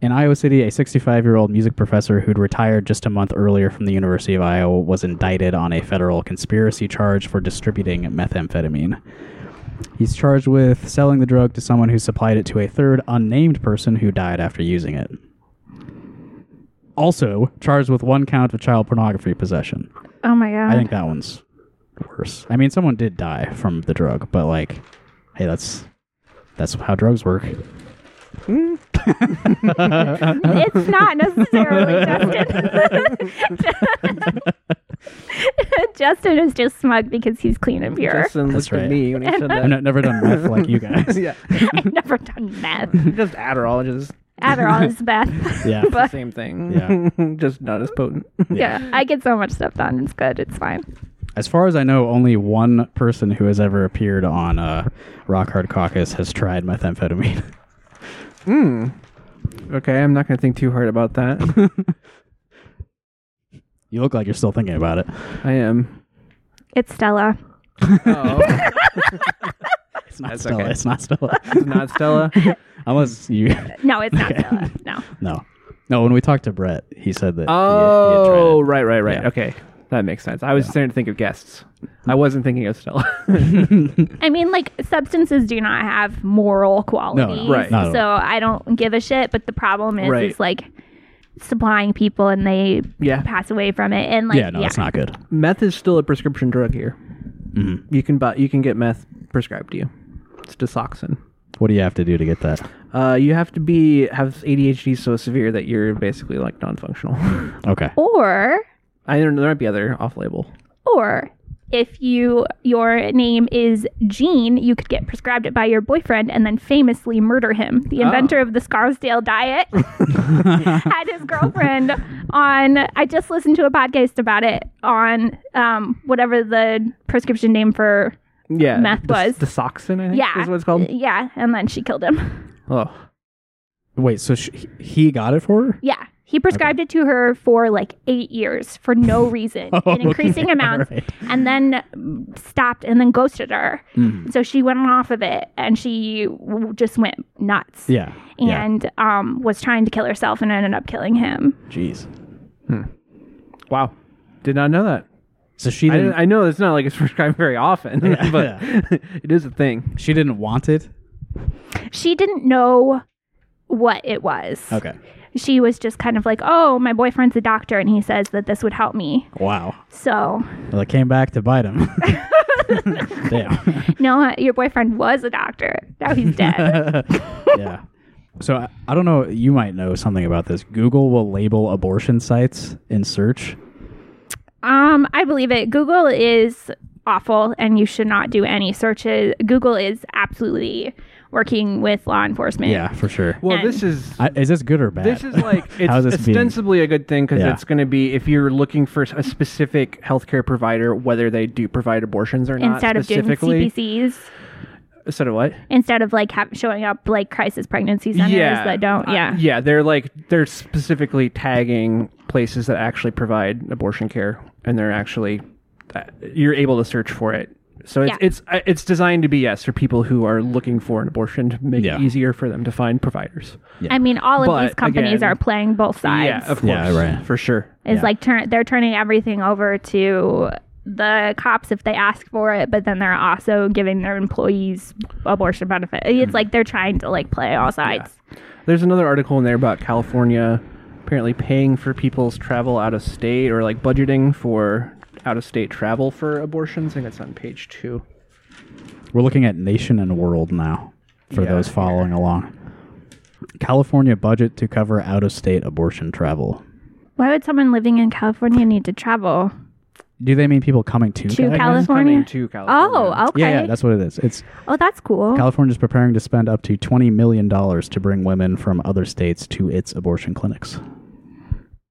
S3: in Iowa City, a 65 year old music professor who'd retired just a month earlier from the University of Iowa was indicted on a federal conspiracy charge for distributing methamphetamine. He's charged with selling the drug to someone who supplied it to a third unnamed person who died after using it. Also charged with one count of child pornography possession.
S4: Oh, my God.
S5: Uh.
S3: I think that one's worse. I mean, someone did die from the drug, but like, hey, that's that's how drugs work.
S4: it's not necessarily Justin. Justin is just smug because he's clean and pure.
S5: Justin
S3: That's
S5: looked at
S3: right.
S5: me when he said
S3: I've
S5: that.
S3: not, never done meth like you guys.
S5: yeah.
S4: I've never done meth.
S5: Just Adderall, just
S4: Adderall is best.
S3: Yeah.
S5: the
S4: but
S5: same thing.
S3: Yeah.
S5: just not as potent.
S4: yeah, I get so much stuff done. It's good. It's fine.
S3: As far as I know, only one person who has ever appeared on uh, Rock Hard Caucus has tried methamphetamine.
S5: Okay, I'm not gonna think too hard about that.
S3: you look like you're still thinking about it.
S5: I am.
S4: It's Stella.
S5: Oh,
S3: It's not
S5: That's
S3: Stella.
S5: okay.
S3: It's not Stella.
S5: it's not Stella.
S3: Unless you
S4: No, it's not Stella. No.
S3: no no. When we talked to Brett, he said that. he- he had tried it.
S5: Oh, right, right, right.
S3: Yeah.
S5: Okay, that makes sense. I was starting to think of guests. I wasn't thinking of Stella.
S4: I mean, like, substances do not have moral qualities.
S5: right.
S3: Not at
S4: So I don't give a shit. But the problem is,
S5: Right.
S4: is like, supplying people and they
S5: Yeah.
S4: pass away from it. And, like,
S3: yeah, no, it's not good.
S5: meth is still a prescription drug here. You can buy, you can get meth prescribed to you. It's disoxin.
S3: What do you have to do to get that?
S5: Uh, you have to be have ADHD so severe that you're basically like non-functional.
S3: Okay.
S4: Or,
S5: I don't know. There might be other off-label.
S4: or if you your name is Jean, you could get prescribed it by your boyfriend and then famously murder him.
S5: Oh.
S4: The inventor of the Scarsdale diet had his girlfriend on. I just listened to a podcast about it on um, whatever the prescription name for.
S5: Yeah,
S4: Meth
S5: dis-
S4: was.
S5: disoxin. I think
S4: Yeah, Uh,
S5: is what it's called.
S4: Yeah, and then she killed him.
S5: Oh,
S3: Wait, so sh- he got it for her?
S4: Yeah. He prescribed it to her for like eight years for no reason
S3: Oh,
S4: in increasing
S3: okay,
S4: amounts
S3: alright.
S4: and then mm, stopped and then ghosted her.
S3: Mm-hmm.
S4: So she went off of it and she w- just went nuts.
S3: Yeah. yeah.
S4: And um, was trying to kill herself and ended up killing him.
S3: Jeez.
S5: wow. Did not know that.
S3: So she
S5: I,
S3: didn't.
S5: didn't, I know it's not like it's prescribed very often, but it is a thing.
S3: she didn't want it.
S4: She didn't know what it was.
S3: Okay.
S4: she was just kind of like, "Oh, my boyfriend's a doctor, and he says that this would help me."
S3: Wow.
S4: So,
S3: Well, it came back to bite him. Damn.
S4: no, your boyfriend was a doctor. Now he's dead.
S3: yeah. So I, I don't know. You might know something about this. Google will label abortion sites in search.
S4: um, I believe it. Google is awful, and you should not do any searches. Google is absolutely working with law enforcement.
S3: Yeah, for sure.
S5: Well,
S4: And-
S5: this is
S3: I, is this good or bad?
S5: This is like
S3: How's
S5: it's
S3: this being-
S5: ostensibly a good thing because
S3: Yeah.
S5: it's going to be if you're looking for a specific healthcare provider, whether they do provide abortions or not.
S4: Instead of doing
S5: specifically,
S4: CPCs,
S5: instead of what?
S4: instead of like ha- showing up like crisis pregnancy centers that don't,
S5: Uh,
S4: yeah,
S5: yeah. They're like they're specifically tagging places that actually provide abortion care, and they're actually uh, you're able to search for it. So it's
S4: Yeah.
S5: it's uh, it's designed to be yes for people who are looking for an abortion to make
S3: Yeah.
S5: it easier for them to find providers.
S4: I mean, all of
S5: But,
S4: these companies
S5: again,
S4: are playing both sides.
S5: Yeah, of course,
S3: Yeah, right.
S5: for sure.
S4: It's
S3: Yeah.
S4: like turn they're turning everything over to the cops if they ask for it, but then they're also giving their employees abortion benefit.
S5: Mm-hmm.
S4: It's like they're trying to like play all sides.
S5: There's another article in there about California apparently paying for people's travel out of state or like budgeting for out of state travel for abortions. I think that's on page two.
S3: We're looking at nation and world now for
S5: Yeah.
S3: those following along. California budget to cover out of state abortion travel.
S4: Why would someone living in California need to travel
S3: Do they mean people coming to,
S4: to
S3: California?
S4: California?
S5: Coming to California.
S4: Oh, okay.
S3: Yeah, yeah, that's what it is. It's
S4: oh, that's cool.
S3: California is preparing to spend up to twenty million dollars to bring women from other states to its abortion clinics.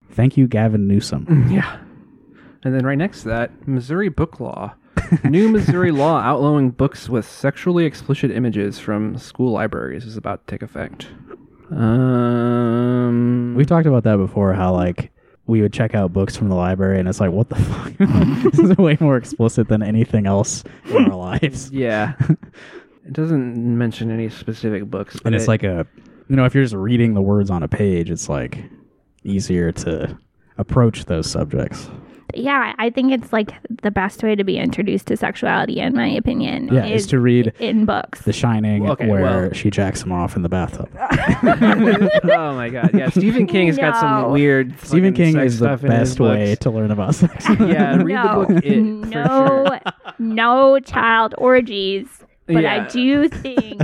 S3: Thank you, Gavin Newsom.
S5: Yeah. And then right next to that, Missouri book law. New Missouri law outlawing books with sexually explicit images from school libraries is about to take effect. Um,
S3: We've talked about that before. How like we would check out books from the library, and it's like, what the fuck? this is way more explicit than anything else in our lives.
S5: yeah. it doesn't mention any specific books, but
S3: and it's
S5: it-
S3: like a you know if you're just reading the words on a page it's like easier to approach those subjects
S4: yeah, I think it's like the best way to be introduced to sexuality, in my opinion.
S3: yeah is to read
S4: in books.
S3: the shining
S5: Okay,
S3: where
S5: well-
S3: she jacks him off in the bathtub
S5: oh my god! Yeah, Stephen King has got
S4: No.
S5: some weird.
S3: stephen
S5: fucking
S3: king
S5: sex
S3: is the
S5: stuff in his
S3: best way
S5: books.
S3: to learn about sex
S5: yeah, read
S4: no,
S5: the book. It, for
S4: no,
S5: sure.
S4: no child orgies. But I
S5: Yeah.
S4: do think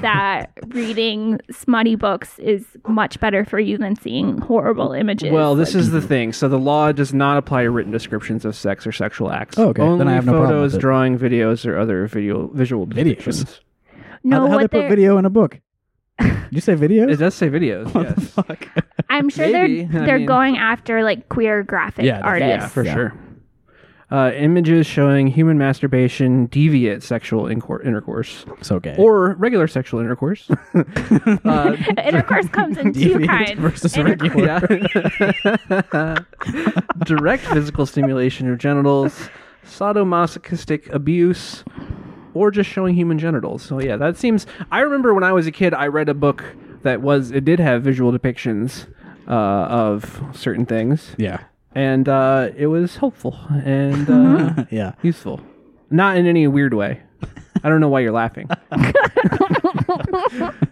S4: that reading smutty books is much better for you than seeing horrible images.
S5: Well, this is
S3: Mm-hmm.
S5: the thing. So the law does not apply to written descriptions of sex or sexual acts.
S3: Oh, okay. Then
S5: Only
S3: I have no problem
S5: photos,
S3: with it.
S5: drawing videos, or other video visual
S3: Videos?
S5: depictions.
S4: no,
S3: how, how they
S4: what
S3: put
S4: they're-
S3: video in a book did you say video
S5: It does say videos. yes.
S4: I'm sure
S5: Maybe,
S4: they're
S5: I
S4: they're
S5: mean-
S4: going after like queer graphic
S3: Yeah, that's-
S4: artists.
S5: Yeah, for
S3: Yeah.
S5: sure. Uh, images showing human masturbation, deviate sexual incor- intercourse,
S3: it's okay
S5: or regular sexual intercourse. uh,
S4: Intercourse comes in two
S3: Deviant
S4: kinds.
S3: versus
S4: Intercourse-
S3: regular.
S5: yeah. Direct physical stimulation of genitals, sadomasochistic abuse, or just showing human genitals. So yeah, that seems. I remember when I was a kid, I read a book that was it did have visual depictions uh, of certain things,
S3: yeah
S5: and uh, it was helpful and uh,
S3: yeah
S5: useful, not in any weird way. I don't know why you're laughing.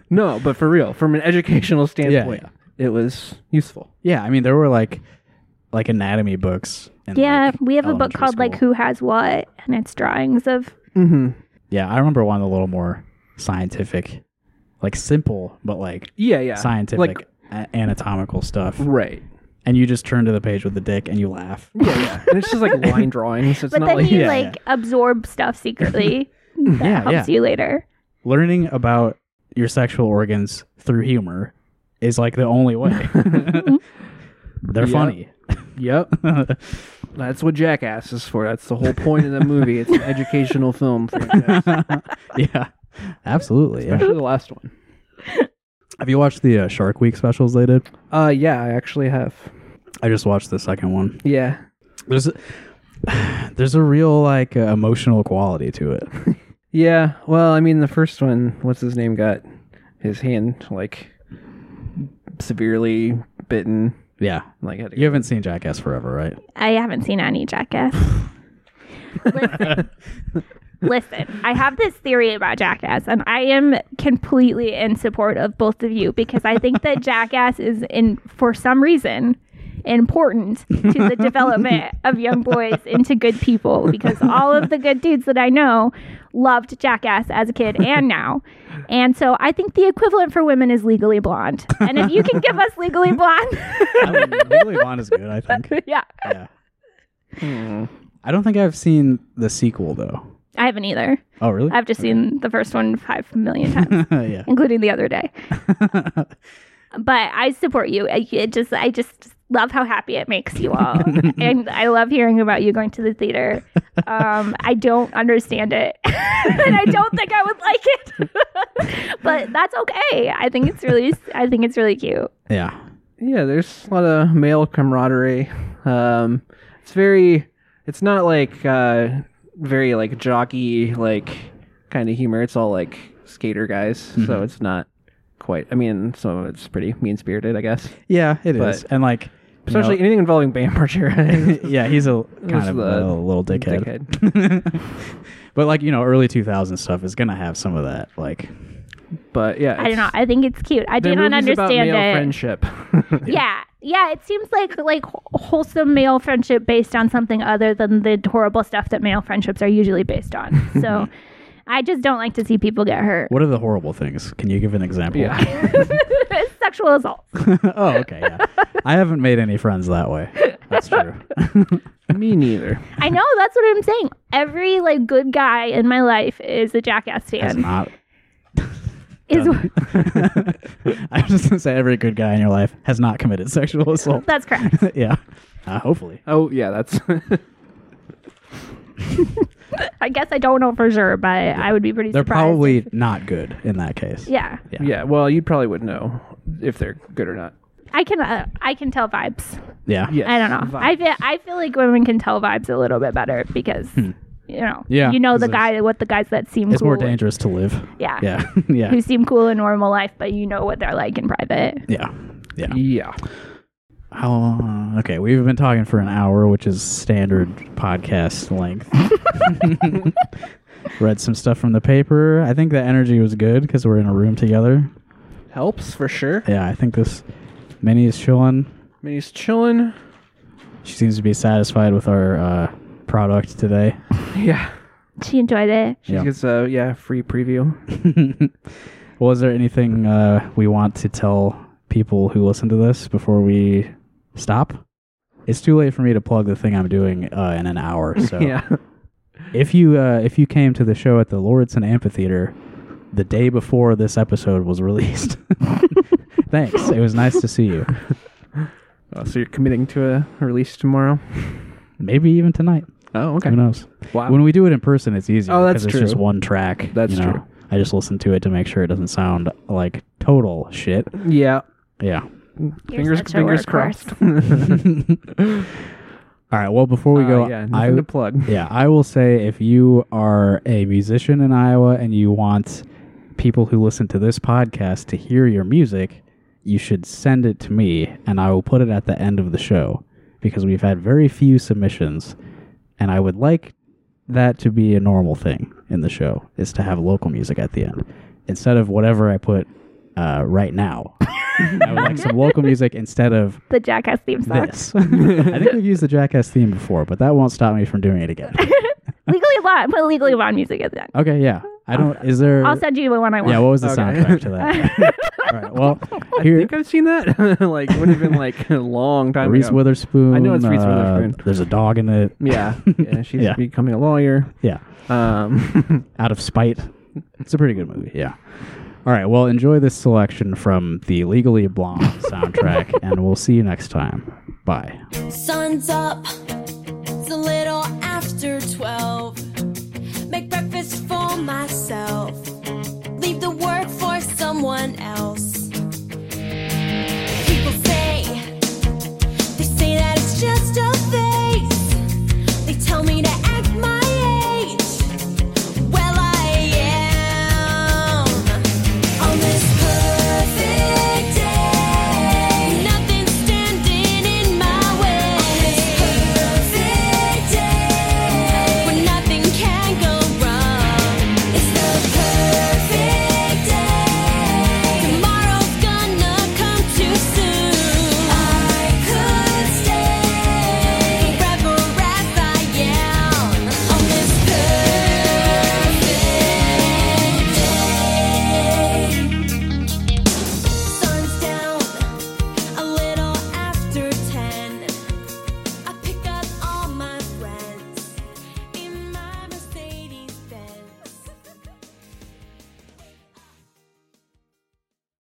S5: no, but for real, from an educational standpoint, it was useful.
S3: yeah i mean there were like like anatomy books and
S4: Yeah,
S3: like, oh,
S4: we have a book
S3: elementary
S4: called like
S3: school.
S4: Who Has What, and it's drawings of
S3: Yeah, I remember one a little more scientific, like simple, but like
S5: Yeah, yeah.
S3: scientific
S5: Like,
S3: a- anatomical stuff.
S5: right.
S3: And you just turn to the page with the dick and you laugh.
S5: Yeah, yeah. And it's just like line drawings. It's
S4: but
S5: not
S4: then
S5: like
S4: you
S3: yeah,
S4: like absorb stuff secretly that
S3: Yeah,
S4: helps
S3: yeah.
S4: you later.
S3: Learning about your sexual organs through humor is like the only way.
S4: Mm-hmm.
S3: They're
S5: Yep.
S3: funny.
S5: Yep. That's what Jackass is for. That's the whole point of the movie. It's an educational film for Jackass.
S3: yeah, absolutely. Yeah.
S5: Especially the last one.
S3: Have you watched the uh, Shark Week specials they did?
S5: Uh yeah, I actually have.
S3: I just watched the second one.
S5: Yeah.
S3: There's a, there's a real like uh, emotional quality to it.
S5: Yeah. Well, I mean the first one, what's his name got his hand like severely bitten.
S3: Yeah.
S5: Like had to
S3: You haven't seen Jackass Forever, right?
S4: I haven't seen any Jackass. Listen, Listen, I have this theory about Jackass, and I am completely in support of both of you because I think that Jackass is, in for some reason, important to the development of young boys into good people because all of the good dudes that I know loved Jackass as a kid and now. And so I think the equivalent for women is Legally Blonde. And if you can give us Legally Blonde,
S3: I mean, Legally Blonde is good, I think.
S4: yeah,
S3: Yeah. I don't think I've seen the sequel though.
S4: I haven't either.
S3: Oh, really?
S4: I've just seen the first one five million times.
S3: yeah.
S4: including the other day. but I support you. I, it just, I just love how happy it makes you all, and I love hearing about you going to the theater. Um, I don't understand it, and I don't think I would like it, but that's okay. I think it's really, I think it's really cute.
S3: Yeah.
S5: yeah, there's a lot of male camaraderie. Um, it's very, it's not like uh, very like jockey like kind of humor. It's all like skater guys, so it's not quite. I mean, some of it's pretty mean spirited, I guess.
S3: Yeah, it is.
S5: But-
S3: And like you
S5: Especially
S3: know-
S5: anything involving Bam Margera.
S3: yeah, he's a
S5: He's
S3: kind of
S5: the
S3: a little dickhead. but like, you know, early 2000 stuff is going to have some of that like
S5: But yeah,
S4: I don't know. I think it's cute. I do
S5: the
S4: not
S5: movie's about
S4: understand
S5: male
S4: it.
S5: friendship.
S4: yeah yeah it seems like like wh- wholesome male friendship based on something other than the horrible stuff that male friendships are usually based on so i just don't like to see people get hurt
S3: what are the horrible things? Can you give an example?
S5: yeah.
S4: sexual assault
S3: oh, okay. Yeah. I haven't made any friends that way. That's true.
S5: Me neither.
S4: i know that's what i'm saying every like good guy in my life is a jackass
S3: It's
S4: fan
S3: not.
S4: is
S3: I was just gonna say every good guy in your life has not committed sexual assault.
S4: that's correct
S3: yeah. Uh, hopefully.
S5: Oh yeah, that's
S4: i guess i don't know for sure but i would be pretty
S3: They're
S4: surprised
S3: probably not good in that case.
S4: yeah
S5: yeah. Well, you probably would know if they're good or not.
S4: i can uh, i can tell vibes
S3: Yeah.
S5: Yes.
S4: i don't know i feel i feel like women can tell vibes a little bit better because you know
S3: Hmm. Yeah,
S4: you know the
S3: 'cause it's-
S4: guy what the guys that seem
S3: It's
S4: cool
S3: more dangerous to live.
S4: Yeah.
S3: Yeah. yeah.
S4: who seem cool in normal life, but you know what they're like in private.
S3: Yeah. Yeah.
S5: Yeah.
S3: How long? Okay, we've been talking for an hour, which is standard podcast length. Read some stuff from the paper. I think the energy was good because we're in a room together.
S5: Helps for sure.
S3: Yeah, I think this Minnie is chilling.
S5: I mean, he's chilling.
S3: She seems to be satisfied with our uh, product today.
S5: Yeah.
S4: She enjoyed it.
S5: She
S3: Yeah.
S5: gets a yeah free preview.
S3: Was there anything uh, we want to tell people who listen to this before we stop? It's too late for me to plug the thing I'm doing uh, in an hour. So
S5: Yeah.
S3: if you uh, if you came to the show at the Lauritsen Amphitheater the day before this episode was released, thanks. It was nice to see you.
S5: Oh, so you're committing to a release tomorrow?
S3: Maybe even tonight.
S5: Oh, okay.
S3: Who knows?
S5: Wow.
S3: When we do it in person, it's easier.
S5: Oh,
S3: because
S5: that's
S3: it's
S5: true.
S3: just one track.
S5: That's
S3: you know?
S5: true.
S3: I just listen to it to make sure it doesn't sound like total shit.
S5: yeah.
S3: Yeah.
S5: Fingers
S4: such a
S5: fingers
S4: workhorse.
S5: crossed.
S3: All right. Well, before we go,
S5: Uh, yeah. Nothing
S3: I
S5: to plug.
S3: yeah, I will say if you are a musician in Iowa and you want people who listen to this podcast to hear your music, you should send it to me and I will put it at the end of the show because we've had very few submissions and I would like that to be a normal thing in the show is to have local music at the end instead of whatever I put uh, right now. I would like some local music instead of
S4: The Jackass theme song.
S3: this. I think we've used the Jackass theme before, but that won't stop me from doing it again.
S4: Legally Blonde. Put Legally Blonde music at the end.
S3: Okay, yeah. I don't. Is there?
S4: I'll send you the one I want.
S3: yeah. What was the
S5: Okay.
S3: soundtrack to that? All right. Well,
S5: I
S3: here,
S5: think I've seen that. like would have been like a long time
S3: Reese
S5: ago.
S3: Witherspoon.
S5: I know it's Reese
S3: uh,
S5: Witherspoon.
S3: There's a dog in it.
S5: Yeah. Yeah. She's
S3: Yeah.
S5: becoming a lawyer.
S3: Yeah.
S5: Um.
S3: Out of spite. It's a pretty good movie. Yeah. All right. Well, enjoy this selection from the Legally Blonde soundtrack, and we'll see you next time. Bye.
S6: Sun's up, it's a little after 12. Make breakfast for myself, leave the work for someone else.